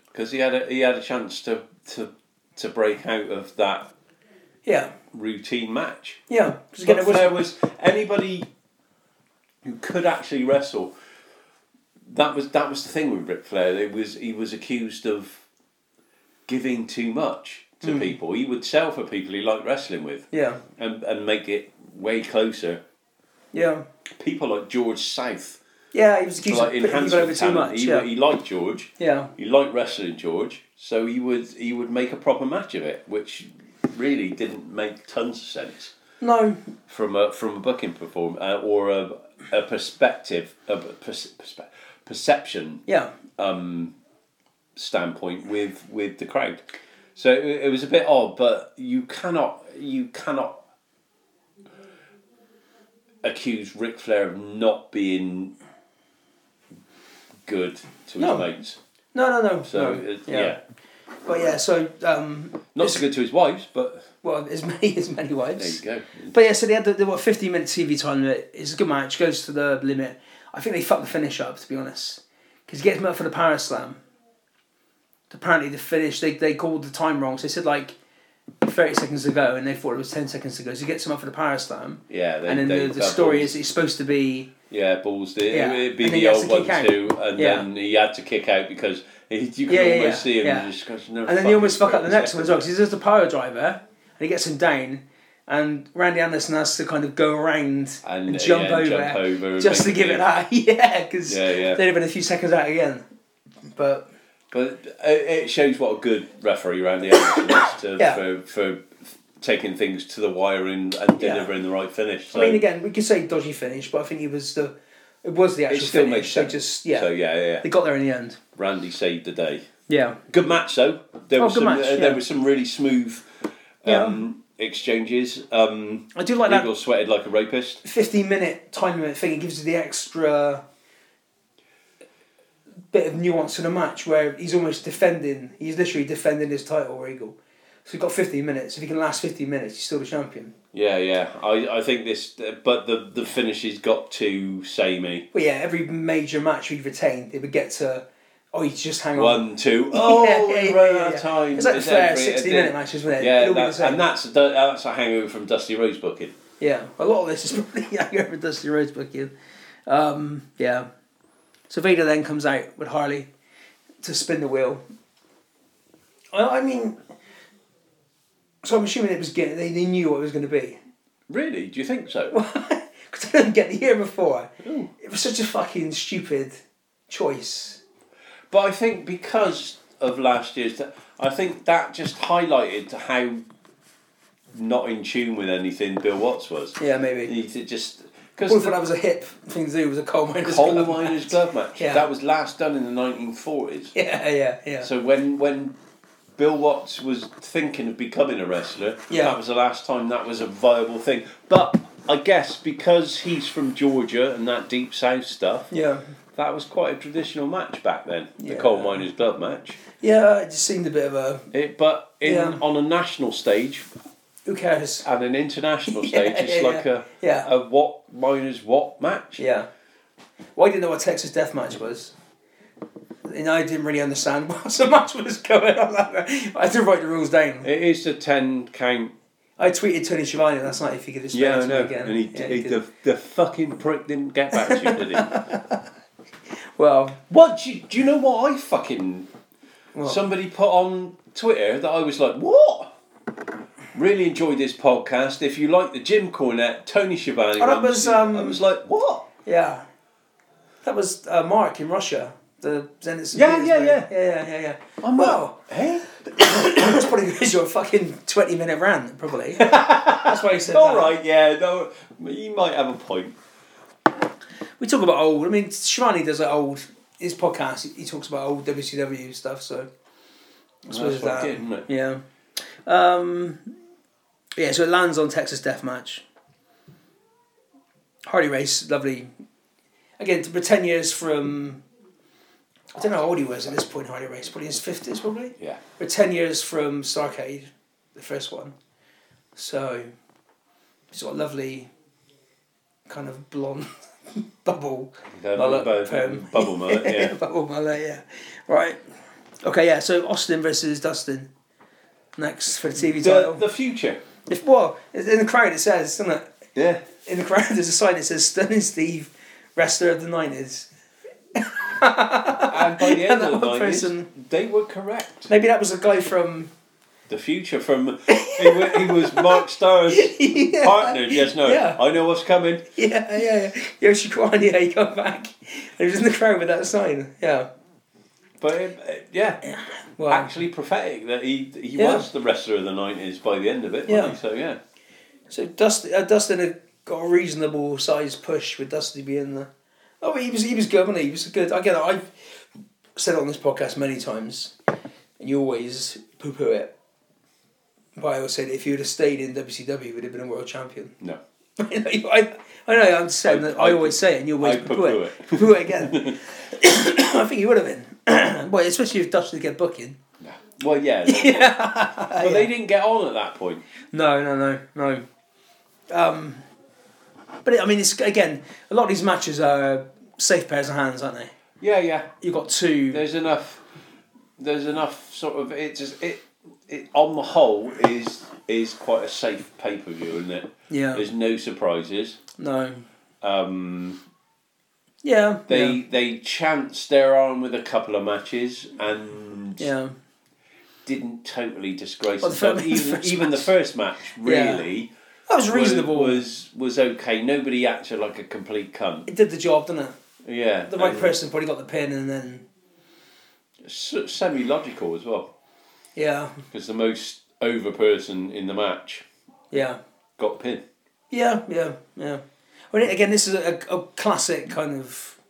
S2: because he had a he had a chance to to to break out of that
S1: yeah,
S2: routine match.
S1: yeah. 'Cause again,
S2: But
S1: it was
S2: there was anybody who could actually wrestle. That was that was the thing with Ric Flair. It was he was accused of giving too much to
S1: Hmm.
S2: people. He would sell for people he liked wrestling with,
S1: yeah,
S2: and and make it way closer.
S1: yeah,
S2: People like George South,
S1: yeah. He was accused
S2: like
S1: of
S2: in
S1: putting
S2: Hands
S1: people over
S2: of
S1: too
S2: Talent,
S1: much.
S2: he,
S1: Yeah,
S2: he liked George.
S1: yeah,
S2: He liked wrestling George, so he would he would make a proper match of it, which really didn't make tons of sense.
S1: No,
S2: from a from a booking perform uh, or a, a perspective a pers- perspe- perception
S1: yeah,
S2: standpoint with with the crowd. So it, it was a bit odd, but you cannot you cannot accuse Ric Flair of not being good to his
S1: No.
S2: mates.
S1: no, no, no.
S2: So
S1: no.
S2: it- yeah.
S1: yeah. but yeah. So um,
S2: not so good to his wives, but
S1: well, as many as many
S2: there you
S1: wives.
S2: go.
S1: But yeah, so they had the, the what fifteen minute TV time limit. It's a good match. Goes to the limit. I think they fucked the finish up to be honest, because he gets him up for the power slam. Apparently the finish they they called the time wrong. So they said like thirty seconds ago, and they thought it was ten seconds ago. So he gets him up for the power slam,
S2: Yeah, they,
S1: and then
S2: they-
S1: the, the
S2: that
S1: story
S2: Balls-
S1: is it's supposed to be
S2: yeah balls. The,
S1: Yeah.
S2: It'd be
S1: And then
S2: the
S1: he has
S2: old
S1: to
S2: one
S1: kick out.
S2: too, and
S1: Yeah.
S2: then he had to kick out because he, you can
S1: Yeah, yeah,
S2: almost
S1: yeah,
S2: see him.
S1: yeah.
S2: Just, goes, "No
S1: And then he almost
S2: fucking
S1: fuck up the next one as well
S2: second."
S1: because he does the power driver and he gets him down, and Randy Anderson has to kind of go around
S2: And,
S1: and,
S2: uh,
S1: jump,
S2: yeah,
S1: over
S2: jump over and
S1: just to
S2: make
S1: give
S2: it
S1: it that. yeah, because
S2: Yeah, yeah.
S1: they'd have been a few seconds out again. But
S2: But it- it shows what a good referee Randy Anderson is to,
S1: Yeah.
S2: for, for taking things to the wire and, and
S1: Yeah.
S2: delivering the right finish. So
S1: I mean, again, we could say dodgy finish, but I think it was the it was the
S2: it
S1: actual
S2: still
S1: finish.
S2: makes sense.
S1: They just yeah,
S2: So yeah, yeah,
S1: they
S2: yeah.
S1: got there in the end.
S2: Randy saved the day.
S1: Yeah,
S2: Good match though. There
S1: Oh,
S2: was
S1: good
S2: some.
S1: match,
S2: uh,
S1: yeah.
S2: There were some really smooth um, exchanges. Um,
S1: I do like that
S2: Eagle sweated like a rapist.
S1: fifteen minute time limit thing. It gives you the extra bit of nuance in a match where he's almost defending. He's literally defending his title, Regal. So you've got fifteen minutes. If he can last fifteen minutes, he's still the champion.
S2: Yeah, yeah. I, I think this, but the the finishes got too samey.
S1: But yeah, every major match we retained, it would get to oh, you just hang on.
S2: One, two, oh,
S1: yeah,
S2: we
S1: yeah,
S2: ran
S1: yeah,
S2: out
S1: yeah.
S2: of time.
S1: It's like the
S2: There's
S1: fair
S2: every-
S1: sixty minute matches, wasn't it?
S2: Yeah,
S1: It'll be the
S2: that,
S1: same.
S2: and that's that's a hangover from Dusty Rose booking.
S1: Yeah, a lot of this is probably younger for Dusty Rhodes booking. Um, yeah. So Vader then comes out with Harley to spin the wheel. I, I mean, so I'm assuming it was getting, they, they knew what it was going to be.
S2: Really? Do you think so?
S1: Because I didn't get the year before.
S2: Ooh.
S1: It was such a fucking stupid choice.
S2: but I think because of last year's, I think that just highlighted how not in tune with anything Bill Watts was.
S1: Yeah, maybe.
S2: He did just
S1: Probably
S2: because
S1: thought that was a hip thing to do, was a coal miner's
S2: coal
S1: glove
S2: miners
S1: match.
S2: glove match
S1: Yeah.
S2: that was last done in the nineteen forties.
S1: Yeah, yeah, yeah.
S2: So when when Bill Watts was thinking of becoming a wrestler,
S1: Yeah.
S2: that was the last time that was a viable thing. But I guess because he's from Georgia and that deep south stuff,
S1: yeah.
S2: that was quite a traditional match back then,
S1: Yeah.
S2: the coal miners glove match.
S1: Yeah, it just seemed a bit of a
S2: It, but in
S1: Yeah.
S2: on a national stage
S1: who cares?
S2: and an international
S1: Yeah,
S2: stage, it's
S1: yeah,
S2: like
S1: yeah.
S2: a
S1: Yeah.
S2: a what miners what match.
S1: Yeah. Well, I didn't know what Texas Death Match was. And I didn't really understand what so much was going on. I had to write the rules down.
S2: It is the ten count.
S1: I tweeted Tony Schiavone last night if he could explain
S2: Yeah,
S1: it
S2: I
S1: to
S2: know.
S1: me again.
S2: And he,
S1: Yeah,
S2: he,
S1: did.
S2: the, the fucking prick didn't get back to you, did he?
S1: Well,
S2: What do you, do you know? What I fucking
S1: What?
S2: somebody put on Twitter that I was like, what? Really enjoyed this podcast. If you like the Jim Cornette, Tony Schiavone,
S1: Oh, that
S2: ones,
S1: was, um,
S2: I was like, what?
S1: yeah. That was uh, Mark in Russia, the Zenit St.
S2: Yeah,
S1: Petersburg.
S2: yeah, yeah.
S1: Yeah, yeah, yeah, yeah.
S2: I'm
S1: well,
S2: like, "Eh?" hey,
S1: that's probably because you're a fucking 20 minute rant, probably. that's why you said
S2: all
S1: that.
S2: right, yeah, no, you might have a point.
S1: We talk about old. I mean, Shivani does like old. His podcast, he talks about old WCW stuff. So I suppose
S2: That's what I
S1: that.
S2: did, isn't it?
S1: Yeah. Um, yeah. So it lands on Texas Deathmatch. Hardy Race, lovely. Again, t- we're ten years from. I don't know how old he was at this point. Hardy Race, probably in his fifties, probably.
S2: Yeah.
S1: We're ten years from Starcade, the first one. So, sort of lovely, kind of blonde bubble.
S2: The
S1: Mullet,
S2: bu-
S1: perm.
S2: bubble mullet, yeah.
S1: bubble mullet, yeah. Right. Okay, yeah. So Austin versus Dustin. Next for the TV
S2: the,
S1: title.
S2: the future.
S1: if well, in the crowd it says, doesn't it?
S2: Yeah.
S1: In the crowd there's a sign that says Stunning Steve, wrestler of the nineties.
S2: And by the end
S1: that
S2: of the
S1: one
S2: 90s,
S1: person-
S2: they were correct.
S1: Maybe that was a guy from
S2: The future from he, wa- he was Mark Starr's
S1: yeah.
S2: partner. Yes, no,
S1: Yeah.
S2: I know what's coming.
S1: Yeah, yeah, yeah. Yoshikwani, yeah, he come back. And he was in the crowd with that sign. Yeah.
S2: But it, yeah,
S1: Well,
S2: actually prophetic that he he
S1: Yeah.
S2: was the wrestler of the nineties by the end of it.
S1: Yeah.
S2: Yeah. So yeah,
S1: So Dusty, uh, Dustin had got a reasonable size push with Dusty being there. Oh, but he was he was good, wasn't he? He was good. Again, I've said it on this podcast many times, and you always poo poo it. But I always said if you'd have stayed in WCW, you would have been a world champion.
S2: No.
S1: I, I know I'm saying
S2: I-
S1: that I,
S2: I-
S1: always say it, and you always
S2: I
S1: poo poo it, poo poo it again. I think you would have been. Boy, especially if Dusty get booking.
S2: Well, yeah. they- Well, they didn't get on at that point.
S1: No, no, no, no. Um, but it, I mean, it's again, a lot of these matches are safe pairs of hands, aren't they?
S2: Yeah, yeah.
S1: You've got two.
S2: There's enough. There's enough sort of. It just it. It on the whole is is quite a safe pay per view, isn't it?
S1: yeah.
S2: There's no surprises.
S1: no.
S2: Um,
S1: Yeah.
S2: they they chanced their arm with a couple of matches and
S1: Yeah. yeah.
S2: didn't totally disgrace
S1: Well, the
S2: themselves.
S1: first-
S2: even
S1: first
S2: even the
S1: match.
S2: first match
S1: Yeah.
S2: really
S1: That was reasonable.
S2: was was okay. Nobody acted like a complete cunt.
S1: it did the job, didn't it?
S2: Yeah,
S1: The right
S2: and
S1: person probably got the pin, and then
S2: s- semi-logical as well
S1: yeah,
S2: because the most over person in the match
S1: yeah,
S2: got pinned.
S1: yeah, yeah, yeah. Well, again, this is a, a classic kind of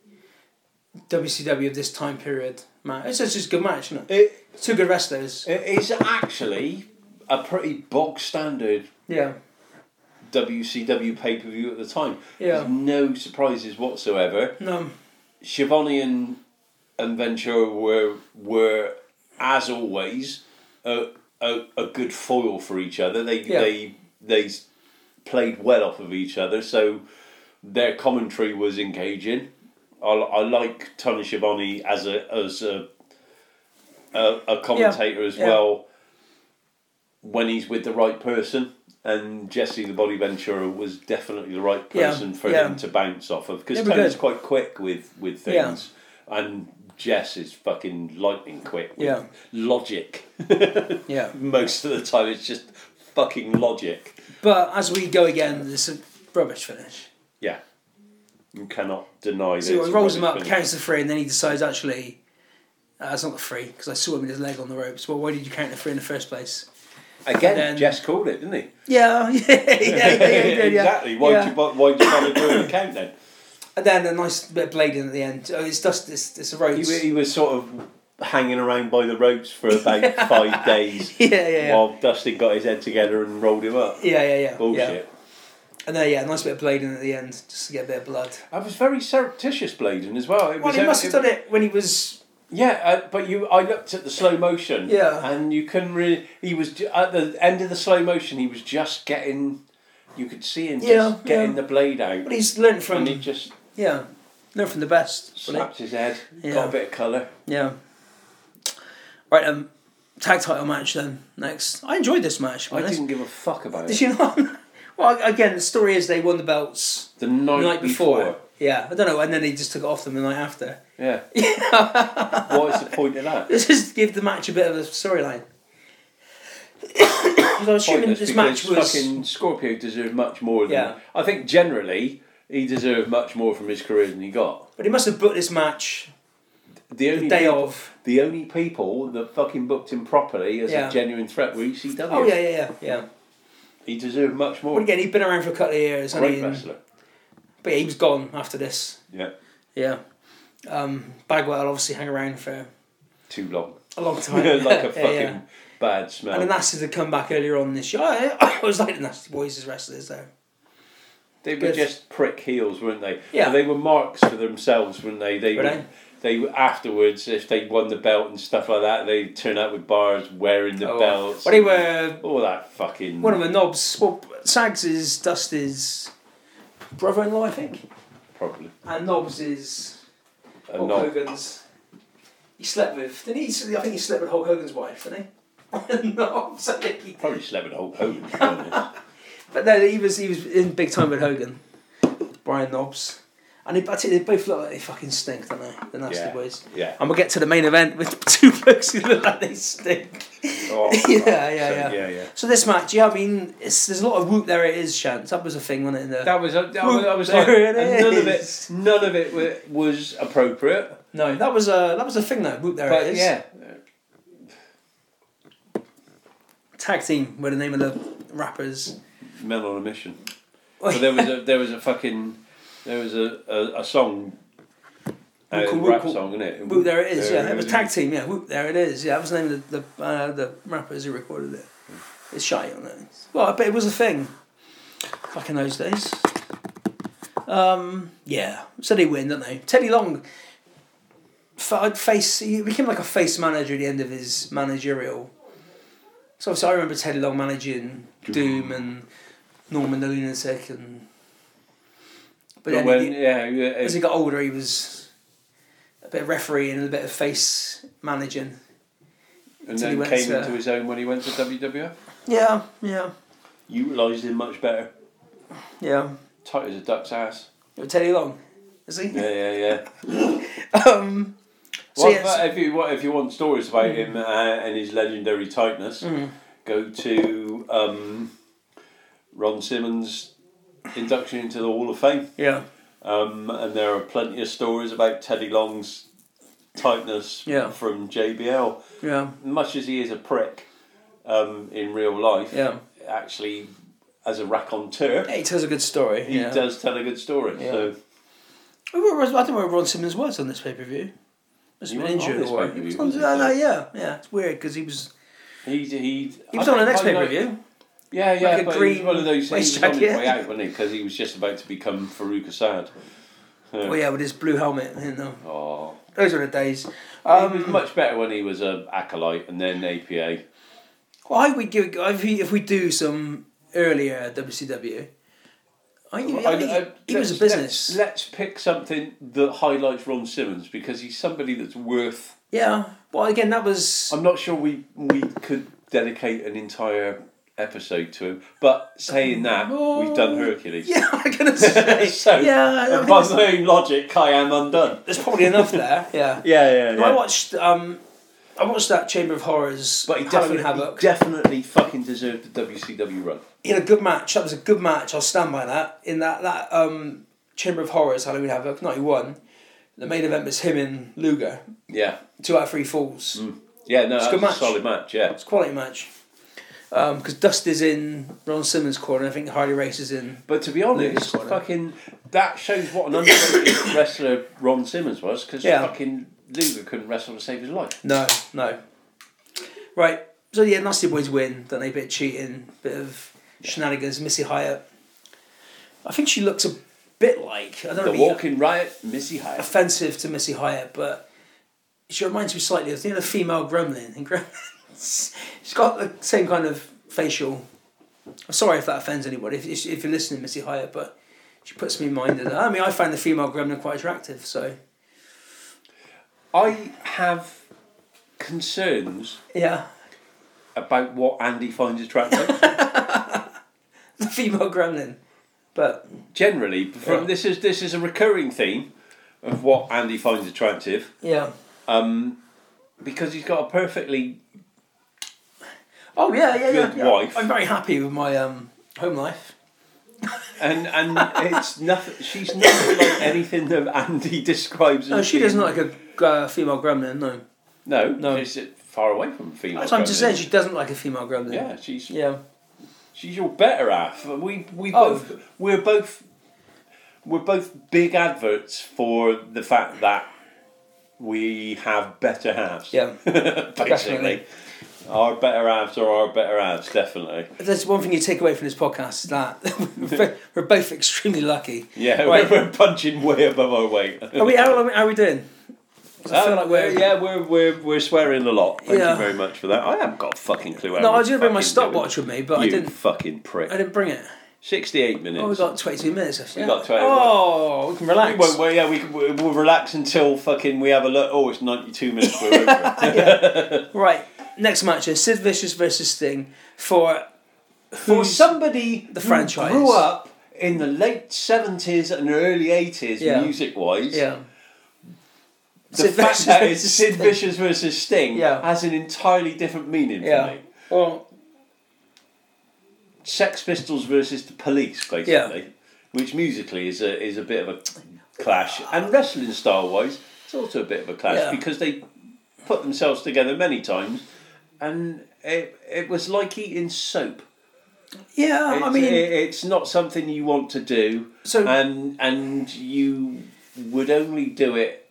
S1: WCW of this time period match. It's just a good match, isn't it?
S2: It
S1: Two good wrestlers.
S2: it is actually a pretty bog standard
S1: Yeah,
S2: WCW pay per view at the time.
S1: yeah.
S2: There's no surprises whatsoever.
S1: No,
S2: Shivani and and Ventura were were as always a a, a good foil for each other. They
S1: Yeah.
S2: they they s- played well off of each other, so their commentary was engaging. I, li- I like Tony Shivani as a as a a, a commentator as
S1: yeah.
S2: well when he's with the right person. And Jesse the Body Ventura was definitely the right
S1: Yeah,
S2: person for
S1: yeah.
S2: him to bounce off of because
S1: It'd be
S2: Tony's
S1: good.
S2: quite quick with with
S1: Yeah.
S2: things, and Jess is fucking lightning quick. With
S1: Yeah.
S2: logic.
S1: yeah.
S2: Most of the time, it's just fucking logic.
S1: But as we go again, it's a rubbish finish.
S2: Yeah, you cannot deny that.
S1: So
S2: it's
S1: he
S2: a
S1: rolls him up,
S2: rubbish finish.
S1: counts the three, and then he decides actually, uh, it's not the three because I saw him with his leg on the ropes. Well, why did you count the three in the first place?
S2: Again,
S1: and then-
S2: Jess called it, didn't he?
S1: Yeah, yeah, yeah, yeah, he did, yeah.
S2: exactly. Why
S1: Yeah.
S2: would you bo- why would you bother doing the count then?
S1: And then a nice bit of blading at the end. Oh, it's just it's, it's a
S2: He,
S1: road.
S2: wa- he was sort of hanging around by the ropes for about five days
S1: yeah, yeah, yeah.
S2: while Dustin got his head together and rolled him up.
S1: yeah, yeah, yeah. Yeah.
S2: Bullshit.
S1: And then yeah, a nice bit of blading at the end just to get a bit of blood.
S2: I was very surreptitious blading as well. It
S1: Well,
S2: was
S1: he
S2: out-
S1: must have done it when he was.
S2: Yeah, uh, but you, I looked at the slow motion.
S1: Yeah.
S2: And you couldn't really. He was ju- at the end of the slow motion. He was just getting. You could see him
S1: Yeah,
S2: just getting
S1: yeah.
S2: the blade out,
S1: But he's learned
S2: and
S1: from
S2: he just
S1: yeah, learned from the best. really.
S2: slapped his head,
S1: Yeah.
S2: got a bit of colour.
S1: Yeah. Right, um, tag title match then next. I enjoyed this match.
S2: I
S1: man.
S2: didn't give a fuck about
S1: Did
S2: it.
S1: you not? well, again, the story is they won the belts
S2: The
S1: the
S2: night,
S1: night
S2: before.
S1: before. Yeah, I don't know, and then they just took it off them the night after.
S2: Yeah. what is the point of that?
S1: Let's just give the match a bit of a storyline. 'Cause I'm assuming
S2: Pointless
S1: this match
S2: because
S1: was.
S2: fucking Scorpio deserved much more than.
S1: Yeah.
S2: I think generally he deserved much more from his career than he got.
S1: But he must have booked this match
S2: The only
S1: the day
S2: people-
S1: of.
S2: the only people that fucking booked him properly as
S1: Yeah.
S2: a genuine threat were ECW.
S1: Oh yeah, yeah, yeah, yeah.
S2: He deserved much more.
S1: But again, he'd been around for a couple of years. and
S2: Great
S1: he-
S2: wrestler.
S1: But yeah, he was gone after this.
S2: Yeah.
S1: Yeah. Um, Bagwell obviously hung around for
S2: Too long.
S1: a long time.
S2: like a
S1: Yeah, yeah.
S2: fucking bad smell.
S1: And the Nasties had come back earlier on this year. I, I was like the Nasty Boys as wrestlers though.
S2: they were
S1: Good.
S2: just prick heels, weren't they?
S1: Yeah.
S2: But they were marks for themselves, weren't they? They
S1: Were
S2: were, they were afterwards, if they won the belt and stuff like that, they'd turn out with bars wearing the
S1: Oh,
S2: belts.
S1: Well, they
S2: and
S1: were
S2: all that fucking
S1: one of the knobs. Well, Sags is Dusty's brother-in-law, I Oh, think,
S2: probably.
S1: and Knobs is
S2: A
S1: Hulk
S2: knob.
S1: Hogan's. He slept with. Didn't he? I think he slept with Hulk Hogan's wife, didn't he? Knobs. I think he-
S2: Probably slept with Hulk Hogan. to be honest.
S1: But no, he was he was in big time with Hogan, Brian Knobs, and they, I tell you, they both look like they fucking stink, don't they? The Nasty
S2: Yeah.
S1: Boys.
S2: yeah.
S1: And we'll get to the main event with two blokes who look like they stink.
S2: Oh,
S1: Yeah, yeah,
S2: right. So,
S1: yeah.
S2: yeah, yeah.
S1: So this match, yeah, I mean, it's, there's a lot of whoop there it is chance. That was a thing, wasn't it? In the,
S2: That was, a, that was, I was
S1: There it
S2: like, and none of
S1: is.
S2: it, none of it wa- was appropriate.
S1: no, that was a that was a thing though. Whoop there it
S2: But
S1: is.
S2: yeah,
S1: Tag team were the name of the rappers.
S2: men on a mission. But there was a there was a fucking there was a, a, a song. A
S1: Whoop, whoop,
S2: rap
S1: whoop.
S2: song, innit?
S1: Whoop, there it is. yeah, it was
S2: is.
S1: tag team. Yeah, whoop, there it is. Yeah, that was the name of the the, uh, the rappers who recorded it. It's shy on it. Well, I bet it was a thing. Back in those days. Um, yeah, so they win, don't they? Teddy Long. fa- Face. He became like a face manager at the end of his managerial. So obviously, I remember Teddy Long managing Doom and Norman the Lunatic and.
S2: But
S1: then
S2: when,
S1: he-
S2: yeah, yeah,
S1: as he got older, he was a bit of refereeing and a bit of face managing.
S2: and
S1: until he
S2: then
S1: went
S2: came
S1: to-
S2: into his own when he went to E. WWF.
S1: Yeah, yeah,
S2: Utilised him much better.
S1: yeah.
S2: Tight as a duck's ass.
S1: It'll tell you long, is he?
S2: Yeah, yeah, yeah.
S1: Um, so
S2: well,
S1: yeah, so- Mm.
S2: if, if you want, if you want stories about him uh, and his legendary tightness, go to um, Ron Simmons' induction into the Hall of Fame.
S1: yeah,
S2: Um, and there are plenty of stories about Teddy Long's tightness
S1: Yeah.
S2: from JBL.
S1: yeah,
S2: Much as he is a prick um, in real life,
S1: Yeah.
S2: actually, as a raconteur,
S1: yeah. He tells a good story.
S2: he
S1: yeah.
S2: does tell a good story.
S1: Yeah.
S2: So
S1: We were- I don't know where Ron Simmons was on this pay per view. Must
S2: He
S1: have been
S2: wasn't on
S1: injured
S2: this
S1: or
S2: pay-per-view,
S1: he was
S2: was
S1: on- no,
S2: he?
S1: no, yeah, yeah. It's weird because he was
S2: he he
S1: he was
S2: I
S1: on the
S2: think
S1: next
S2: by
S1: pay per view.
S2: Yeah, yeah,
S1: a
S2: but he
S1: green
S2: was one of those. He was on his
S1: waistcoat, yeah.
S2: way out, wasn't he? Because he was just about to become Farouk Assad.
S1: Oh yeah, with his blue helmet. You know,
S2: Oh,
S1: those were the days.
S2: he was
S1: Um,
S2: much better when he was a acolyte and then APA.
S1: Well, I would give if we, if we do some earlier WCW. I think, I think
S2: I- I-
S1: he was a
S2: let's-
S1: business.
S2: Let's, let's pick something that highlights Ron Simmons because he's somebody that's worth.
S1: yeah. Well, again, that was
S2: I'm not sure we we could dedicate an entire episode to him, but saying that, we've done Hercules.
S1: yeah. I'm gonna say
S2: so,
S1: Oh, yeah. I think
S2: by
S1: there's,
S2: my own logic, I am undone.
S1: there's probably enough there. Yeah.
S2: Yeah, yeah,
S1: I watched um, I watched that Chamber of Horrors.
S2: But he
S1: Halloween
S2: definitely,
S1: Havoc.
S2: he definitely fucking deserved the WCW run.
S1: He had a good match. That was a good match. I'll stand by that. In that that um, Chamber of Horrors Halloween Havoc ninety one, the main event was him and Luger.
S2: Yeah.
S1: Two out of three falls.
S2: Yeah, no,
S1: a
S2: that's
S1: good
S2: a
S1: match.
S2: solid match, yeah.
S1: It's a quality match. Because Dust is in Ron Simmons' corner. I think Harley Race is in.
S2: But to be honest,
S1: Quite a-
S2: fucking that shows what an underrated wrestler Ron Simmons was because
S1: Yeah.
S2: fucking Luger couldn't wrestle to save his life.
S1: No, no. Right. So yeah, Nasty Boys win. Don't they? Bit of cheating, bit of shenanigans. Missy Hyatt. I think she looks a bit like I don't
S2: The
S1: know.
S2: Walking Riot, Missy Hyatt.
S1: offensive to Missy Hyatt, but she reminds me slightly of you know, the female gremlin in Gremlins. She's got the same kind of facial. I'm sorry if that offends anybody, if, if you're listening, Missy Hyatt, but she puts me in mind of that. I mean, I find the female gremlin quite attractive, so
S2: I have concerns
S1: yeah.
S2: about what Andy finds attractive.
S1: The female gremlin. But
S2: Generally, from
S1: Yeah.
S2: this is this is a recurring theme of what Andy finds attractive
S1: yeah.
S2: because he's got a perfectly
S1: Oh, yeah, yeah, yeah.
S2: Good
S1: yeah.
S2: wife.
S1: I'm very happy with my um, home life.
S2: and and it's nothing. She's nothing like anything that Andy describes.
S1: No,
S2: as
S1: she doesn't
S2: being-
S1: like a uh, female gremlin, no.
S2: No,
S1: No.
S2: no, she's far away from female.
S1: That's what I'm just saying,
S2: gremlin.
S1: she doesn't like a female gremlin.
S2: Yeah, she's
S1: Yeah.
S2: she's your better half. We we
S1: Oh.
S2: both we're both we're both big adverts for the fact that we have better halves.
S1: Yeah.
S2: basically.
S1: definitely.
S2: Our better halves are our better halves, definitely.
S1: If there's one thing you take away from this podcast is that we're both extremely lucky.
S2: Yeah,
S1: Right.
S2: we're, we're punching way above our weight.
S1: Are we? How, long- how are we doing? 'Cause I feel like we're.
S2: Uh, yeah, we're, we're, we're swearing a lot. Thank
S1: Yeah.
S2: you very much for that. I haven't got a fucking clue. how
S1: No, I
S2: we're
S1: was going to bring my
S2: fucking
S1: stopwatch
S2: doing.
S1: with me, but I
S2: you
S1: didn't.
S2: fucking prick.
S1: I didn't bring it.
S2: 68 minutes.
S1: Oh, we got twenty-two minutes. Left, yeah?
S2: got 22.
S1: Oh, we can relax.
S2: We won't, well, yeah, we, can- we- we'll relax until fucking we have a look. Oh, it's 92 minutes, we're over it.
S1: Right. Next match is Sid Vicious versus Sting for.
S2: For somebody the
S1: franchise.
S2: who grew up in the late 70s and early 80s,
S1: Yeah.
S2: music wise,
S1: Yeah.
S2: the
S1: Sid
S2: fact
S1: Vicious
S2: that it's
S1: versus
S2: Sid
S1: Sting.
S2: Vicious versus Sting
S1: Yeah.
S2: has an entirely different meaning for
S1: Yeah.
S2: me.
S1: Well,
S2: Sex Pistols versus the Police, basically, which musically is a, is a bit of a clash. And wrestling style wise, it's also a bit of a clash
S1: Yeah.
S2: because they put themselves together many times and it, it was like eating soap.
S1: Yeah,
S2: It's,
S1: I mean,
S2: it- it's not something you want to do,
S1: so
S2: and and you would only do it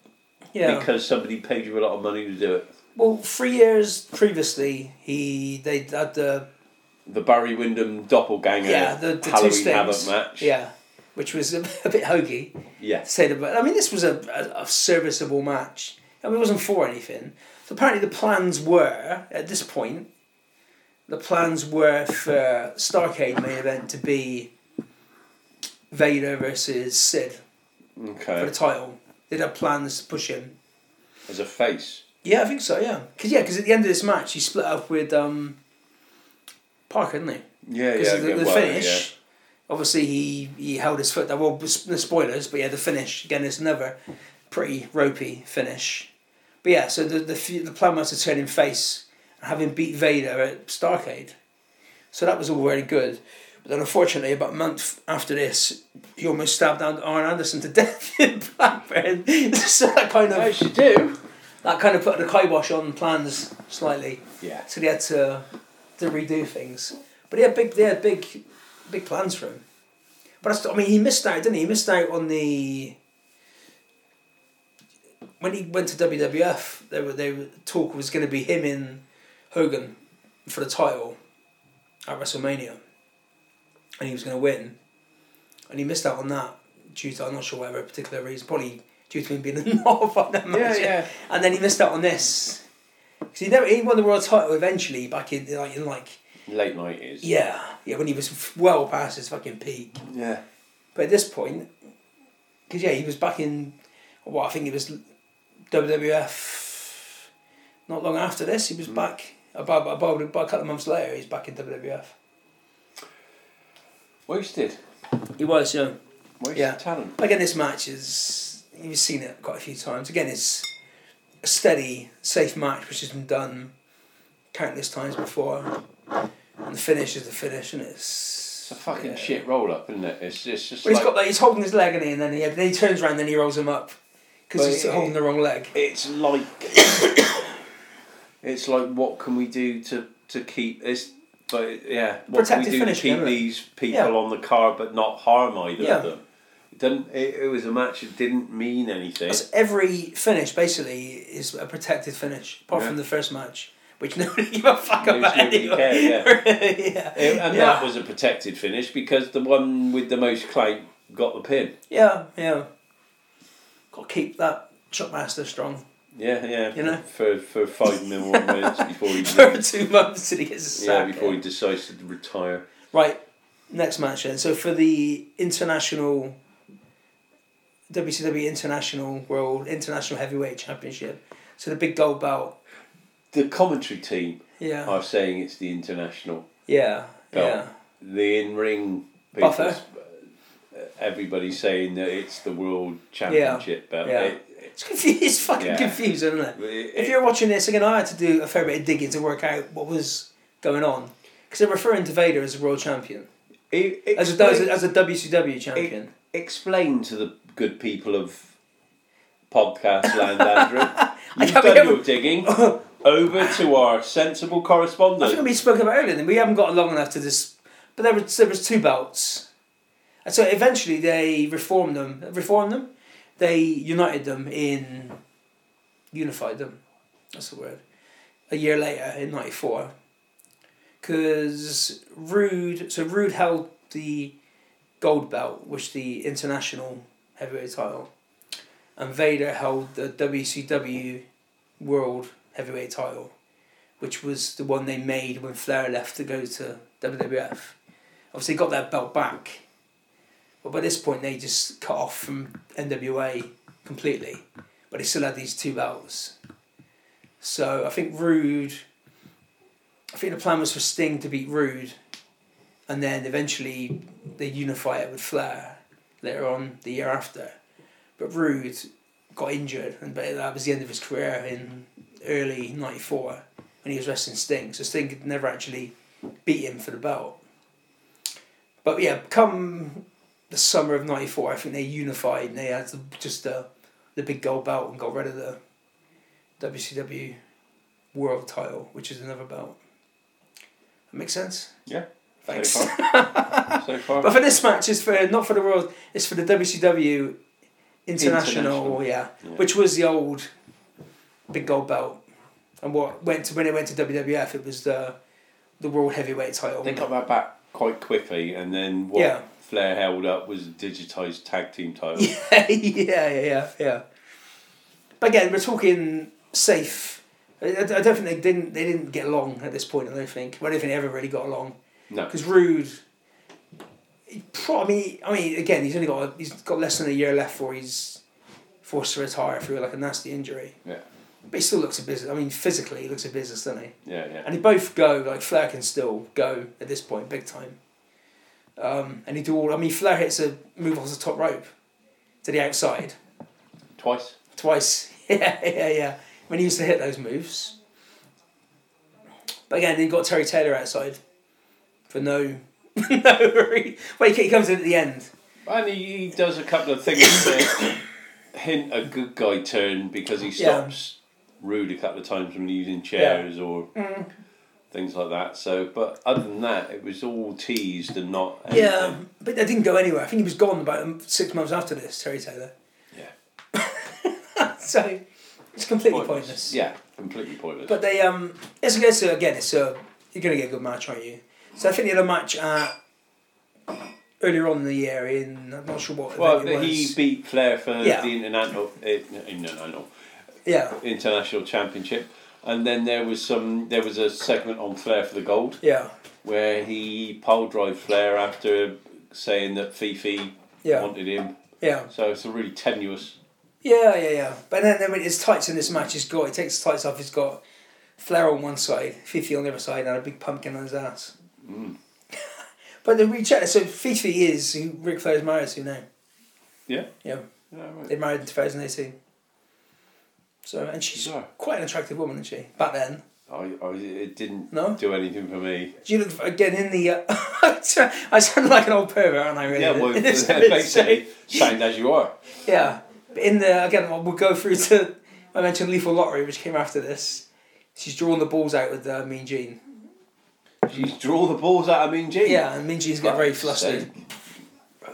S1: yeah.
S2: because somebody paid you a lot of money to do it.
S1: well, three years previously, he they had the
S2: The Barry Windham doppelganger
S1: yeah the, the two
S2: Halloween
S1: stings
S2: Havoc match.
S1: yeah, which was a, a bit hokey.
S2: Yeah.
S1: said about. I mean, this was a, a, a serviceable match. I mean, it wasn't for anything. So apparently, the plans were at this point. The plans were for Starcade main event to be Vader versus Sid for
S2: Okay.
S1: the title. They'd have plans to push him.
S2: As a face.
S1: Yeah, I think so. Yeah, because yeah, because at the end of this match, he split up with um, Parker, didn't he?
S2: Yeah,
S1: Because
S2: yeah.
S1: the,
S2: good
S1: the
S2: work,
S1: finish, obviously he, he held his foot. There well, the spoilers, but yeah, the finish again is another pretty ropey finish. But yeah, so the the f- the plan was to turn him face, having beat Vader at Starcade, so that was all very good. But then unfortunately, about a month after this, he almost stabbed An- Arn Anderson to death in Blackburn. so that kind
S2: Yeah.
S1: of
S2: As you do.
S1: that kind of put the kibosh on plans slightly
S2: Yeah.
S1: so they had to to redo things. But he had big, they had big, big plans for him. But that's, I mean, he missed out, didn't he? He missed out on the when he went to WWF. They were they were, talk was going to be him in Hogan for the title at WrestleMania, and he was going to win, and he missed out on that due to I'm not sure whatever particular reason, probably due to him being a knob on that
S2: Yeah,
S1: match.
S2: yeah.
S1: And then he missed out on this because he never he won the world title eventually back in like in like
S2: Late night is.
S1: yeah yeah when he was f- well past his fucking peak.
S2: Yeah.
S1: But at this point, because yeah he was back in what I think it was WWF. Not long after this, he was back about, about about a couple of months later. He's back in WWF.
S2: Wasted.
S1: He was yeah.
S2: Wasted
S1: Yeah.
S2: talent.
S1: Again, this match is you've seen it quite a few times. Again, it's a steady, safe match which has been done countless times before. And the finish is the finish, and it's
S2: It's a fucking
S1: yeah.
S2: shit roll up, isn't it? It's, it's just
S1: Well, he's
S2: like,
S1: got like he's holding his leg, and he, and then he, then he turns around, and then he rolls him up because
S2: But
S1: he's
S2: it-
S1: holding the wrong leg.
S2: it's like it's like what can we do to to keep this but yeah what
S1: Protective
S2: can we do
S1: finish,
S2: to keep
S1: isn't it?
S2: these people
S1: Yeah.
S2: on the card but not harm either
S1: Yeah.
S2: of them it didn't it, it was a match that didn't mean anything
S1: That's every finish basically is a protected finish, apart
S2: Yeah.
S1: from the first match, which nobody gave a fuck
S2: Which
S1: about.
S2: nobody
S1: anyway.
S2: cared,
S1: yeah.
S2: It- and
S1: yeah.
S2: that was a protected finish because the one with the most claim got the pin
S1: Yeah, yeah. Got to keep that Chuckmaster strong
S2: yeah yeah
S1: You know?
S2: for for five million minutes before he
S1: for two months till he gets a
S2: yeah
S1: sack.
S2: before he decides to retire
S1: Right, next match then. So for the international WCW International World International Heavyweight Championship, so the big gold belt.
S2: the commentary team
S1: Yeah,
S2: are saying it's the international
S1: yeah,
S2: Oh. Belt.
S1: yeah.
S2: the in ring
S1: Buffer.
S2: everybody's saying that it's the world championship belt.
S1: yeah.
S2: It- it-
S1: It's confused. It's fucking
S2: Yeah.
S1: confusing, isn't it? If
S2: it-
S1: you're watching this again, I had to do a fair bit of digging to work out what was going on because they're referring to Vader as a world champion,
S2: it-
S1: as a
S2: explain,
S1: as a, as a WCW champion.
S2: explain to the good people of podcast land, Andrew. You've
S1: can't
S2: done
S1: remember-
S2: your digging. Over to our
S1: I
S2: sensible
S1: think
S2: correspondent.
S1: we spoke about earlier. Then we haven't got long enough to this, but there was there was two belts, and so eventually they reformed them. Reformed them. They united them in, unified them. That's the word. A year later, in '94, because Rude. So Rude held the gold belt, which the international heavyweight title, and Vader held the WCW World Heavyweight title which was the one they made when Flair left to go to WWF. Obviously, got that belt back, but by this point they just cut off from NWA completely. But they still had these two belts. So I think Rude. I think the plan was for Sting to beat Rude, and then eventually they unify it with Flair later on the year after. But Rude got injured, and but that was the end of his career in early '94 when he was wrestling Sting. So Sting could never actually beat him for the belt. But yeah, come the summer of '94, I think they unified and they had the, just the, the big gold belt and got rid of the WCW World Title, which is another belt. That makes sense.
S2: Yeah.
S1: Thanks.
S2: So far. so far.
S1: But for this match, it's for not for the world. It's for the WCW International,
S2: International.
S1: Yeah,
S2: Yeah.
S1: which was the old big gold belt, and what went to when it went to WWF, it was the the world heavyweight title.
S2: They got that back quite quickly, and then what
S1: Um, Yeah.
S2: Flair held up was a digitised tag team title.
S1: yeah, yeah, yeah, yeah. But again, we're talking safe. I, I I don't think they didn't. They didn't get along at this point. I don't think. Well, I don't think they ever really got along.
S2: No,
S1: Because Rude, he probably. I mean, again, he's only got a, he's got less than a year left before he's forced to retire through like a nasty injury.
S2: Yeah.
S1: But he still looks a business. I mean, physically, he looks a business, doesn't he?
S2: yeah, yeah.
S1: And they both go like Flair can still go at this point, big time. Um, and he do all. I mean, Flair hits a move off the top rope to the outside
S2: Twice.
S1: twice. yeah, yeah, yeah. When he used to hit those moves. But again, he got Terry Taylor outside for no, no. re- Wait, he comes in at the end.
S2: And he, he does a couple of things that hint a good guy turn because he
S1: Yeah.
S2: stops Rude a couple of times when using chairs or
S1: Mm.
S2: things like that. So, but other than that, it was all teased and not.
S1: Yeah,
S2: anything.
S1: but that didn't go anywhere. I think he was gone about um, six months after this, Terry Taylor.
S2: Yeah.
S1: So it's completely
S2: Pointless.
S1: pointless.
S2: Yeah, completely pointless.
S1: But they um, it's again, so again, it's a you're gonna get a good match, aren't you? So I think they had a match uh, earlier on in the year in I'm not sure what.
S2: well,
S1: event it
S2: he
S1: was.
S2: beat Flair for
S1: Yeah.
S2: the international, eh, international,
S1: yeah,
S2: international championship, and then there was some. There was a segment on Flair for the gold
S1: yeah,
S2: where he pole drive Flair after saying that Fifi
S1: yeah,
S2: wanted him.
S1: yeah.
S2: So it's a really tenuous.
S1: Yeah, yeah, yeah. But then, then when his tights in this match, he's got he takes his tights off. He's got Flair on one side, Fifi on the other side, and a big pumpkin on his ass.
S2: Mm.
S1: but then we check. So Fifi is who Ric Flair is married to now.
S2: Yeah.
S1: Yeah,
S2: Yeah,
S1: they married in two thousand eighteen. So and she's
S2: Bizarre.
S1: quite an attractive woman, isn't she? Back then,
S2: I, I, it didn't
S1: No?
S2: do anything for me.
S1: do you look again in the? Uh, I sound like an old pervert, aren't I? Really?
S2: Yeah, well,
S1: It's a bit
S2: basically, sound as you are.
S1: Yeah, but in the again, we'll we'll go through to I mentioned Lethal Lottery, which came after this. She's drawn the balls out with uh, Mean Gene.
S2: She's draw the balls out of Mean Gene.
S1: Yeah, and Mean Gene's got very flustered.
S2: Sake.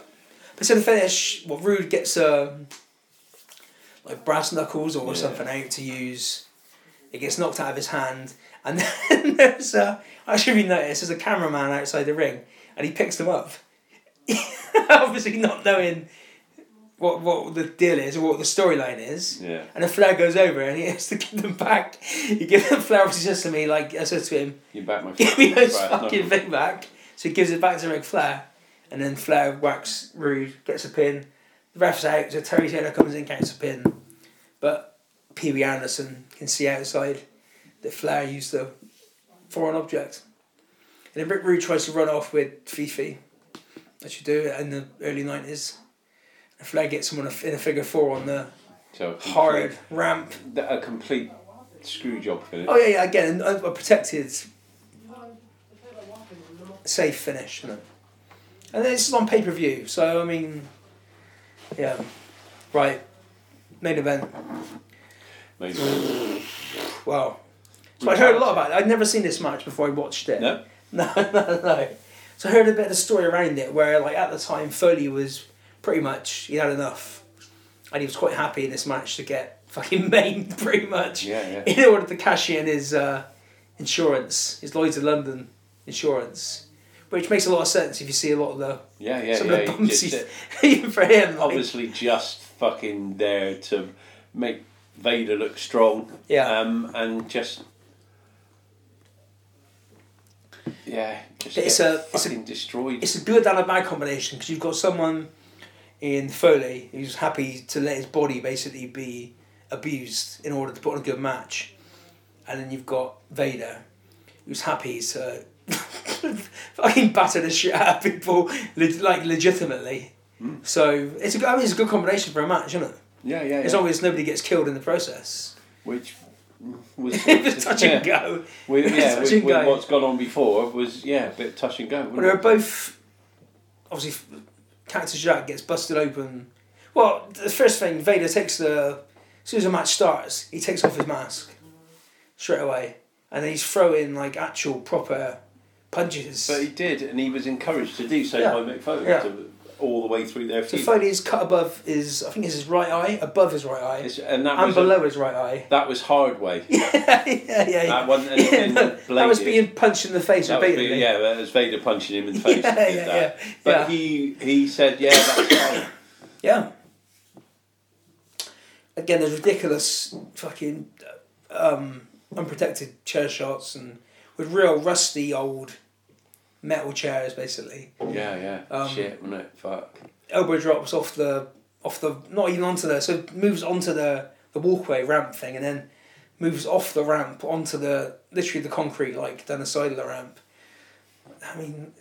S1: But so the finish, what Rude gets um, like brass knuckles or
S2: Yeah.
S1: something out to use. It gets knocked out of his hand, and then there's a, I should be noticed there's a cameraman outside the ring, and he picks them up. Obviously, not knowing what what the deal is or what the storyline is.
S2: Yeah.
S1: And the flag goes over and he has to give them back. He gives the flower he says to me, like I said to him,
S2: You back my
S1: give me this
S2: brass
S1: fucking
S2: knuckles.
S1: thing back. So he gives it back to Ric Flair. And then Flair whacks Rude, gets a pin. The ref's out, so Terry Taylor comes in, gets a pin. But Pee Wee Anderson can see outside that Flair used a foreign object. And then Rick Rude tries to run off with Fifi, as you do in the early 90s. And Flair gets someone in a figure four on the
S2: So a complete-
S1: hard ramp.
S2: A complete screw job for it.
S1: Oh yeah, yeah. Again, a, a protected, safe finish, you know. and then it's on pay per view. So I mean, yeah, right. Main event.
S2: Maybe.
S1: Wow. So I heard a lot about it. I'd never seen this match before I watched it.
S2: No?
S1: No, no, no. So I heard a bit of the story around it where, like, at the time, Foley was pretty much, he had enough. And he was quite happy in this match to get fucking maimed, pretty much.
S2: Yeah, yeah.
S1: In order to cash in his uh, insurance, his Lloyds of London insurance. Which makes a lot of sense if you see a lot of the,
S2: Yeah, yeah,
S1: some
S2: yeah.
S1: of the
S2: you
S1: bumps
S2: just- uh,
S1: he- for him. like-
S2: obviously just fucking there to make Vader look strong.
S1: Yeah.
S2: Um, and just. Yeah, just
S1: But it's
S2: get
S1: a- it's a-
S2: fucking destroyed.
S1: it's a good and a bad combination because you've got someone in Foley who's happy to let his body basically be abused in order to put on a good match, and then you've got Vader who's happy to fucking batter the shit out of people le- like legitimately. So it's a, good- I mean, it's a good combination for a match, isn't it?
S2: yeah, yeah,
S1: As
S2: yeah.
S1: long as nobody gets killed in the process.
S2: Which was
S1: it was touch
S2: yeah.
S1: and go.
S2: With,
S1: It's
S2: yeah,
S1: touch
S2: with,
S1: and
S2: with
S1: go.
S2: what's gone on before was yeah, a bit touch and go.
S1: Well,
S2: wasn't
S1: they're
S2: it?
S1: both. Obviously, Cactus Jack gets busted open. Well, the first thing, Vader takes the. As soon as the match starts, he takes off his mask straight away. And then he's throwing, like, actual proper punches.
S2: But he did, and he was encouraged to do so
S1: Yeah.
S2: by McFoley
S1: Yeah.
S2: to, all the way through their
S1: so
S2: feud.
S1: Foley is cut above his, I think it's his right eye, above his right eye,
S2: It's- and that
S1: and
S2: was a-
S1: below his right eye.
S2: that was hard way.
S1: yeah, yeah, yeah.
S2: That wasn't
S1: Yeah,
S2: anything
S1: that- that was
S2: bladed.
S1: being punched in the face
S2: That was,
S1: repeatedly.
S2: yeah, that was Vader punching him in the face.
S1: Yeah,
S2: that did
S1: yeah,
S2: that.
S1: yeah,
S2: But
S1: yeah.
S2: he he said, yeah, that's right.
S1: Yeah. Again, there's ridiculous fucking um, unprotected chair shots and with real rusty old metal chairs, basically.
S2: Yeah, yeah.
S1: Um,
S2: Shit, wasn't it? Fuck.
S1: Elbow drops off the off the not even onto the so moves onto the the walkway ramp thing and then moves off the ramp onto the literally the concrete like down the side of the ramp. I mean,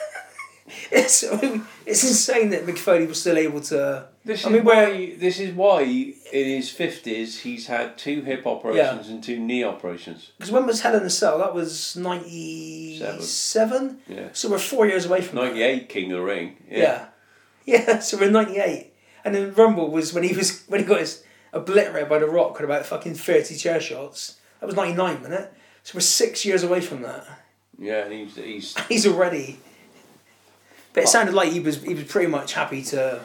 S1: it's I mean, it's insane that McFoley was still able to.
S2: This
S1: I
S2: is
S1: mean,
S2: why
S1: where-
S2: this is why in his fifties he's had two hip operations and two knee operations.
S1: Because when was Hell in a Cell? That was 97?
S2: Yeah,
S1: So we're four years away from that.
S2: ninety eight King of the Ring. Yeah,
S1: Yeah. yeah. so we're 98. And then Rumble was when he was when he got his obliterated by The Rock with about fucking 30 chair shots. That was 99, wasn't it? So we're six years away from that.
S2: yeah. And he's he's
S1: He's already. But it sounded like he was he was pretty much happy to.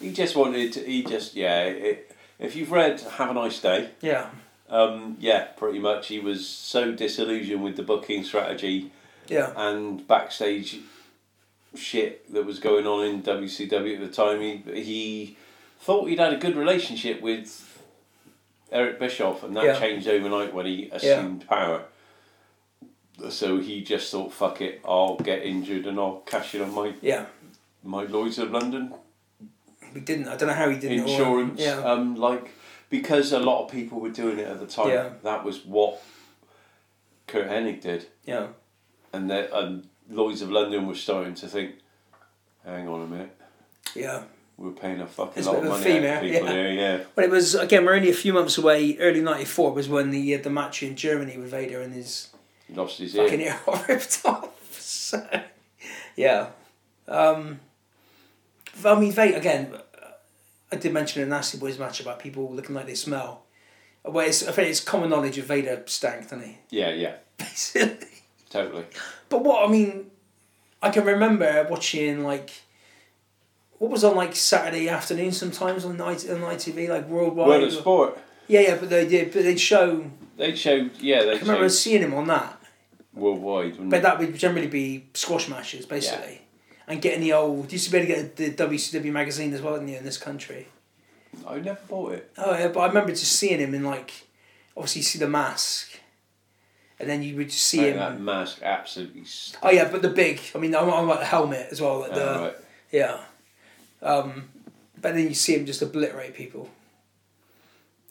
S2: he just wanted to, he just yeah. It, if you've read Have a Nice Day,
S1: Yeah.
S2: um, yeah, pretty much he was so disillusioned with the booking strategy
S1: Yeah.
S2: and backstage shit that was going on in WCW at the time. He he thought he'd had a good relationship with Eric Bischoff, and that
S1: Yeah.
S2: changed overnight when he assumed power. So he just thought, "Fuck it, I'll get injured and I'll cash in on my
S1: Yeah.
S2: my Lloyd's of London
S1: We didn't. I don't know how he did it. all.
S2: insurance.
S1: Yeah.
S2: Um, like because a lot of people were doing it at the time.
S1: Yeah.
S2: That was what Kurt Hennig did
S1: Yeah.
S2: and the and Lloyd's of London were starting to think, hang on a minute,
S1: Yeah.
S2: we're paying a fucking
S1: It's a
S2: lot
S1: bit
S2: of
S1: of a
S2: money
S1: fee
S2: out to
S1: now,
S2: people
S1: yeah.
S2: here, yeah.
S1: But it was again. We're only a few months away. Early '94 was when the uh, the match in Germany with Vader and his
S2: He lost his
S1: fucking
S2: ear.
S1: ear got ripped off. So, yeah. Um, I mean, Vader again. I did mention in Nasty Boys match about people looking like they smell. Well, it's, I think it's common knowledge of Vader stank, doesn't he?
S2: Yeah, yeah,
S1: Basically.
S2: totally.
S1: But what I mean, I can remember watching like. What was on like Saturday afternoon sometimes on night on ITV like worldwide.
S2: World of Sport.
S1: Yeah, yeah, but they did. But they'd show.
S2: They showed, yeah,
S1: I
S2: they
S1: can remember
S2: showed
S1: seeing him on that,
S2: worldwide. wouldn't
S1: but
S2: they?
S1: that would generally be squash matches, basically, and getting the old. Used to be able to get the WCW magazine as well, didn't you, in this country?
S2: I never bought it.
S1: Oh yeah, but I remember just seeing him in like, obviously you see the mask, and then you would just see
S2: And
S1: him.
S2: That mask absolutely st-
S1: Oh yeah, but the big. I mean, I'm, I'm like the helmet as well. Like the
S2: oh, right.
S1: yeah, um, but then you see him just obliterate people,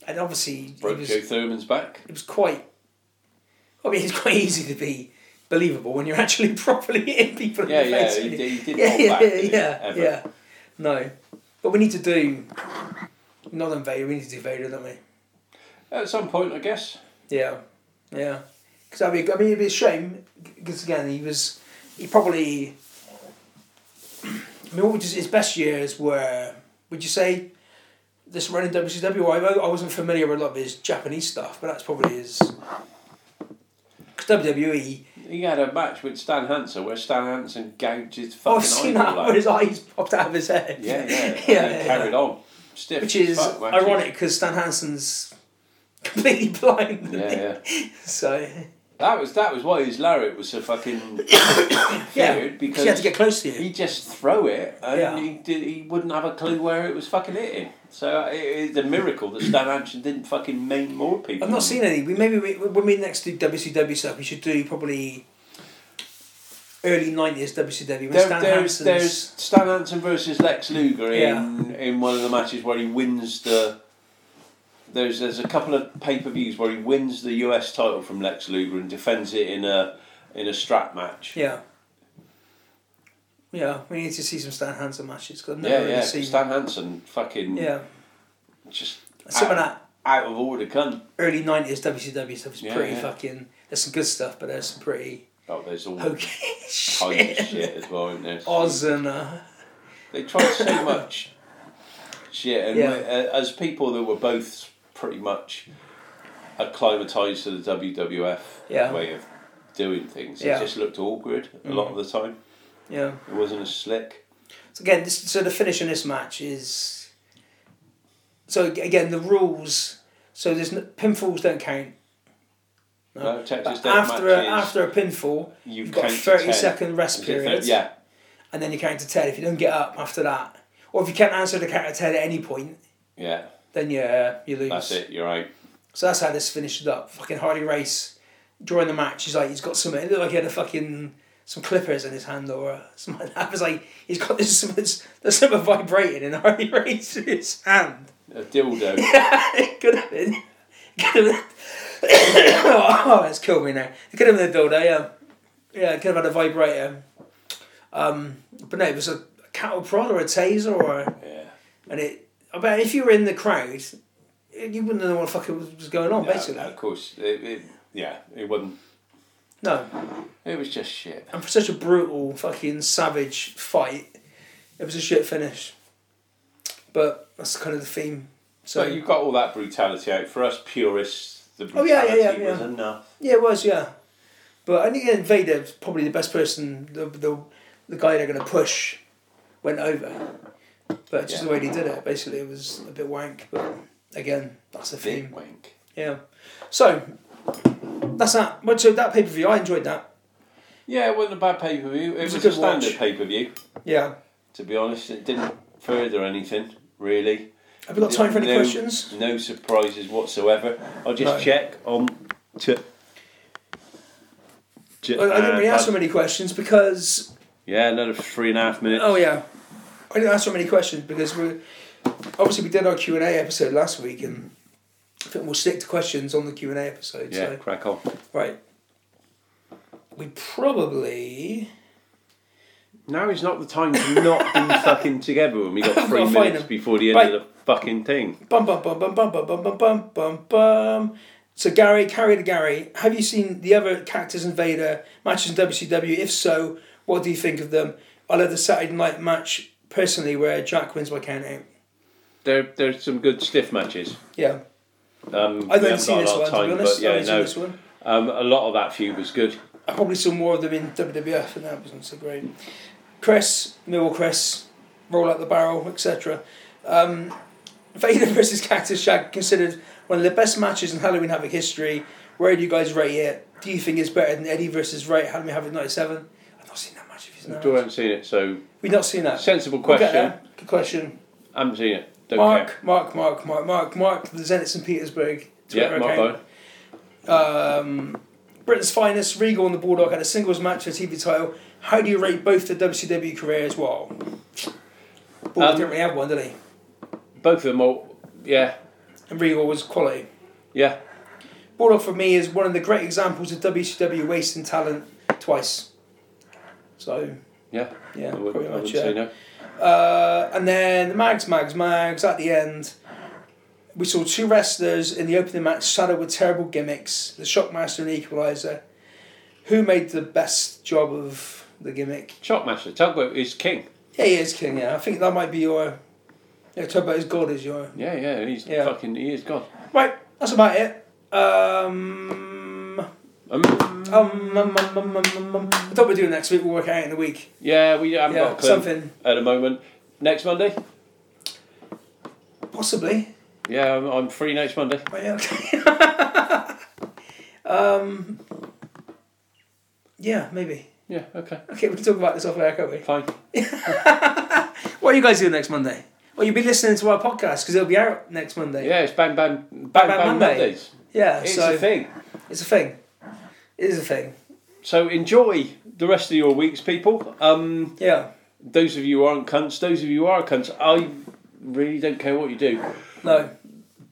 S1: and obviously he
S2: Broke
S1: was
S2: Joe Thurman's back.
S1: it was quite. I mean, it's quite easy to be believable when you're actually properly hitting people
S2: Yeah,
S1: in the
S2: yeah,
S1: face.
S2: he
S1: really.
S2: did- he did
S1: yeah,
S2: hold
S1: yeah,
S2: back,
S1: yeah,
S2: didn't he,
S1: yeah,
S2: ever?
S1: yeah. No, but we need to do. Not on Vader. We need to do Vader, don't we?
S2: At some point, I guess.
S1: Yeah, yeah. Because I mean, I mean, it'd be a shame because again, he was he probably. I mean, what would you, his best years were? Would you say this run in WCW? I I wasn't familiar with a lot of his Japanese stuff, but that's probably his. 'cause E, WWE.
S2: He had a match with Stan Hansen where Stan Hansen gouged his fucking
S1: I've seen
S2: eyeball
S1: Oh, that
S2: out.
S1: where his eyes popped out of his head.
S2: Yeah, yeah. And
S1: yeah,
S2: then
S1: yeah,
S2: carried
S1: yeah.
S2: on. Stiff.
S1: Which
S2: as
S1: is
S2: fuck,
S1: ironic 'cause
S2: wasn't he?
S1: ironic because Stan Hansen's completely blind.
S2: Yeah, yeah.
S1: So
S2: That was that was why his lariat was so fucking
S1: yeah,
S2: feared
S1: because he had
S2: because
S1: to get close to you.
S2: he just throw it and
S1: Yeah.
S2: he did, he wouldn't have a clue where it was fucking hitting. So uh, it, it's a miracle that Stan Hansen didn't fucking maim more people.
S1: I've not seen any. We maybe we, when we next do WCW stuff, we should do probably early nineties WCW. When
S2: There,
S1: Stan
S2: there's,
S1: Hansen's
S2: there's Stan Hansen versus Lex Luger in
S1: Yeah.
S2: in one of the matches where he wins the. There's there's a couple of pay per views where he wins the US title from Lex Luger and defends it in a in a strap match.
S1: yeah, yeah. We need to see some Stan Hansen matches. Cause I've never
S2: yeah,
S1: really
S2: yeah.
S1: seen.
S2: Stan Hansen fucking
S1: yeah,
S2: just
S1: some of
S2: out-
S1: that
S2: out of order cunt.
S1: early nineties WCW stuff is
S2: Yeah,
S1: pretty
S2: yeah.
S1: fucking. There's some good stuff, but there's some pretty
S2: Oh, there's all
S1: hokey
S2: kinds of
S1: shit.
S2: shit as well, isn't there?
S1: Oz and uh,
S2: They tried so much shit, and
S1: Yeah.
S2: we- uh, as people that were both pretty much acclimatized to the WWF
S1: Yeah.
S2: way of doing things.
S1: Yeah. Mm.
S2: It just looked awkward a lot of the time.
S1: Yeah.
S2: It wasn't as slick.
S1: So again, this, so the finish in this match is. So ag- again, the rules. So there's no, pinfalls don't count.
S2: No, Texas
S1: But
S2: Death
S1: after a,
S2: matches,
S1: after a pinfall,
S2: you
S1: you've got a
S2: count to
S1: 30
S2: 10.
S1: second
S2: Is
S1: rest
S2: it thir-
S1: period,
S2: Yeah,
S1: and then you count to ten. If you don't get up after that, or if you can't answer the count to ten at any point,
S2: yeah.
S1: then yeah, you lose.
S2: That's it. You're right.
S1: So that's how this finished up. Fucking Harley Race during the match, he's like, he's got something. It looked like he had a fucking some clippers in his hand or something like that. It was like he's got this something's there's something vibrating in Harley Race's hand.
S2: A dildo.
S1: it could have been. It could have been. oh, that's killed me now. It could have been a dildo, yeah. Yeah, it could have had a vibrator. Um, but no, it was a cattle prod or a taser or. A,
S2: Yeah.
S1: and it. I bet if you were in the crowd, you wouldn't know what fucking was going on,
S2: Yeah,
S1: basically.
S2: Of course. It, it, yeah, it wasn't.
S1: No.
S2: It was just shit.
S1: And for such a brutal, fucking savage fight, it was a shit finish. But that's kind of the theme. So
S2: So you got all that brutality out. For us purists, the
S1: Oh,
S2: brutality
S1: yeah, yeah, yeah,
S2: was
S1: yeah.
S2: enough.
S1: yeah, it was yeah. But I think yeah, Vader's probably the best person, the the, the guy they're gonna push, went over. But just
S2: Yeah.
S1: the way they did it, basically, it was a bit wank. But again, that's the theme.
S2: Big wink.
S1: Yeah. So that's that. Well, So that pay per view, I enjoyed that.
S2: Yeah, it wasn't a bad pay per view. It,
S1: was
S2: was,
S1: a
S2: a,
S1: good watch.
S2: standard pay per view.
S1: Yeah.
S2: To be honest, it didn't further anything really.
S1: Have we got time for any
S2: No-
S1: questions?
S2: No surprises whatsoever. I'll just
S1: No.
S2: check on. To, Ju-
S1: I, I didn't
S2: uh,
S1: really ask so
S2: bad-
S1: many questions because
S2: Yeah, another three and a half minutes.
S1: Oh yeah, I didn't ask so many questions because we obviously we did our Q and A episode last week, and I think we'll stick to questions on the Q and A episode.
S2: Yeah,
S1: So.
S2: crack on.
S1: Right. We probably
S2: Now is not the time to not be fucking together when we got
S1: I've
S2: three
S1: gotta find
S2: minutes
S1: him.
S2: before the end
S1: Right.
S2: of the fucking thing.
S1: bum bum bum bum bum bum bum bum bum bum bum. So Gary, carry to Gary. Have you seen the other Cactus Invader matches in WCW? If so, what do you think of them? I love the Saturday night match personally, where Jack wins by count out.
S2: There, there's some good stiff matches.
S1: Yeah, I
S2: Um, we
S1: haven't
S2: haven't
S1: seen
S2: got a
S1: this
S2: lot
S1: one
S2: of
S1: to be
S2: time,
S1: honest.
S2: but
S1: I
S2: yeah,
S1: haven't seen
S2: no.
S1: this one.
S2: Um, a lot of that feud was good.
S1: I probably saw more of them in WWF, and that wasn't so great. Chris, Millwall Chris, Roll Out the Barrel, etc. Um, Vader versus Cactus Jack considered one of the best matches in Halloween Havoc history. Where do you guys rate it? Do you think it's better than Eddie versus Ray at Halloween Havoc 97? I've not seen that much of his
S2: I
S1: now.
S2: haven't seen it, so
S1: We've not seen that.
S2: sensible
S1: We'll get
S2: question.
S1: there. Good question.
S2: I haven't seen it. Don't care.
S1: Mark, Mark, Mark, Mark, Mark, Mark, the Zenit St. Petersburg.
S2: Yeah,
S1: Twitter
S2: Mark.
S1: account.
S2: Bowen.
S1: Um, Britain's finest, Regal and the Bulldog had a singles match for the TV title. How do you rate both the WCW career as well? Bulldog
S2: Um,
S1: didn't really have one, did he?
S2: Both of them. All, yeah,
S1: And Regal was quality.
S2: yeah.
S1: Bulldog for me is one of the great examples of WCW wasting talent twice. So
S2: Yeah,
S1: yeah,
S2: I wouldn't,
S1: pretty
S2: I
S1: much.
S2: wouldn't say
S1: Yeah.
S2: no.
S1: Uh, and then Mags, Mags, Mags at the end. We saw two wrestlers in the opening match saddled with terrible gimmicks, the Shockmaster and Equalizer. Who made the best job of the gimmick?
S2: Shockmaster Tugboat is king.
S1: Yeah, he is king. Yeah, I think that might be your. Yeah, talk about his god is your.
S2: Yeah, yeah. He's
S1: Yeah.
S2: fucking. He is gone.
S1: Right, that's about it. Um,
S2: Um,
S1: um, um, um, um, um, um. I thought we're doing next week. We'll work it out in the week.
S2: yeah, we haven't got
S1: Yeah,
S2: a clue
S1: something
S2: at the moment. Next Monday.
S1: possibly.
S2: Yeah, I'm, I'm free next Monday.
S1: Right, yeah, okay. um, yeah, maybe.
S2: Yeah, okay,
S1: Okay, we can talk about this off air, can't we?
S2: fine.
S1: What are you guys doing next Monday? Well, you'll be listening to our podcast because it'll be out next Monday.
S2: Yeah, it's bang bang bang
S1: Bang
S2: bang,
S1: Bang Monday.
S2: Mondays.
S1: Yeah,
S2: It's
S1: so
S2: a thing.
S1: it's a thing. It is a thing.
S2: So enjoy the rest of your weeks, people. Um,
S1: Yeah.
S2: those of you who aren't cunts, those of you who are cunts, I really don't care what you do.
S1: No.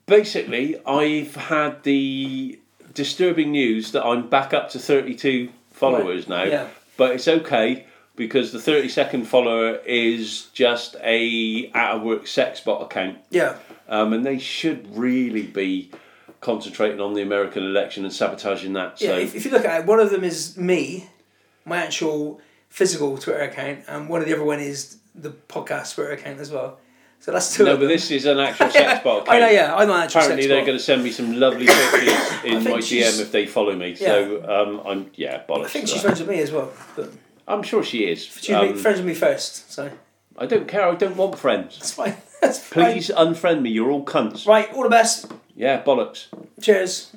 S2: Basically, I've had the disturbing news that I'm back up to 32 followers now,
S1: Yeah.
S2: but it's okay because the 32nd follower is just a out of work sex bot account.
S1: Yeah.
S2: Um, and they should really be concentrating on the American election and sabotaging that.
S1: Yeah,
S2: So
S1: if, if you look at it, one of them is me, my actual physical Twitter account, and one of the other one is the podcast Twitter account as well. So that's two
S2: No,
S1: of
S2: but
S1: them.
S2: this is an actual sex bot.
S1: I know,
S2: Kate.
S1: yeah, I'm not actually
S2: Apparently, they're going to send me some lovely pictures in my
S1: think she's-
S2: DM if they follow me. So, um, I'm yeah, bollocks.
S1: I think
S2: to
S1: she's
S2: that.
S1: friends with me as well. But
S2: I'm sure she is.
S1: she's
S2: Um,
S1: friends with me first, so
S2: I don't care. I don't want friends.
S1: that's fine. That's fine.
S2: Please unfriend me. You're all cunts.
S1: Right, all the best.
S2: Yeah, bollocks.
S1: Cheers.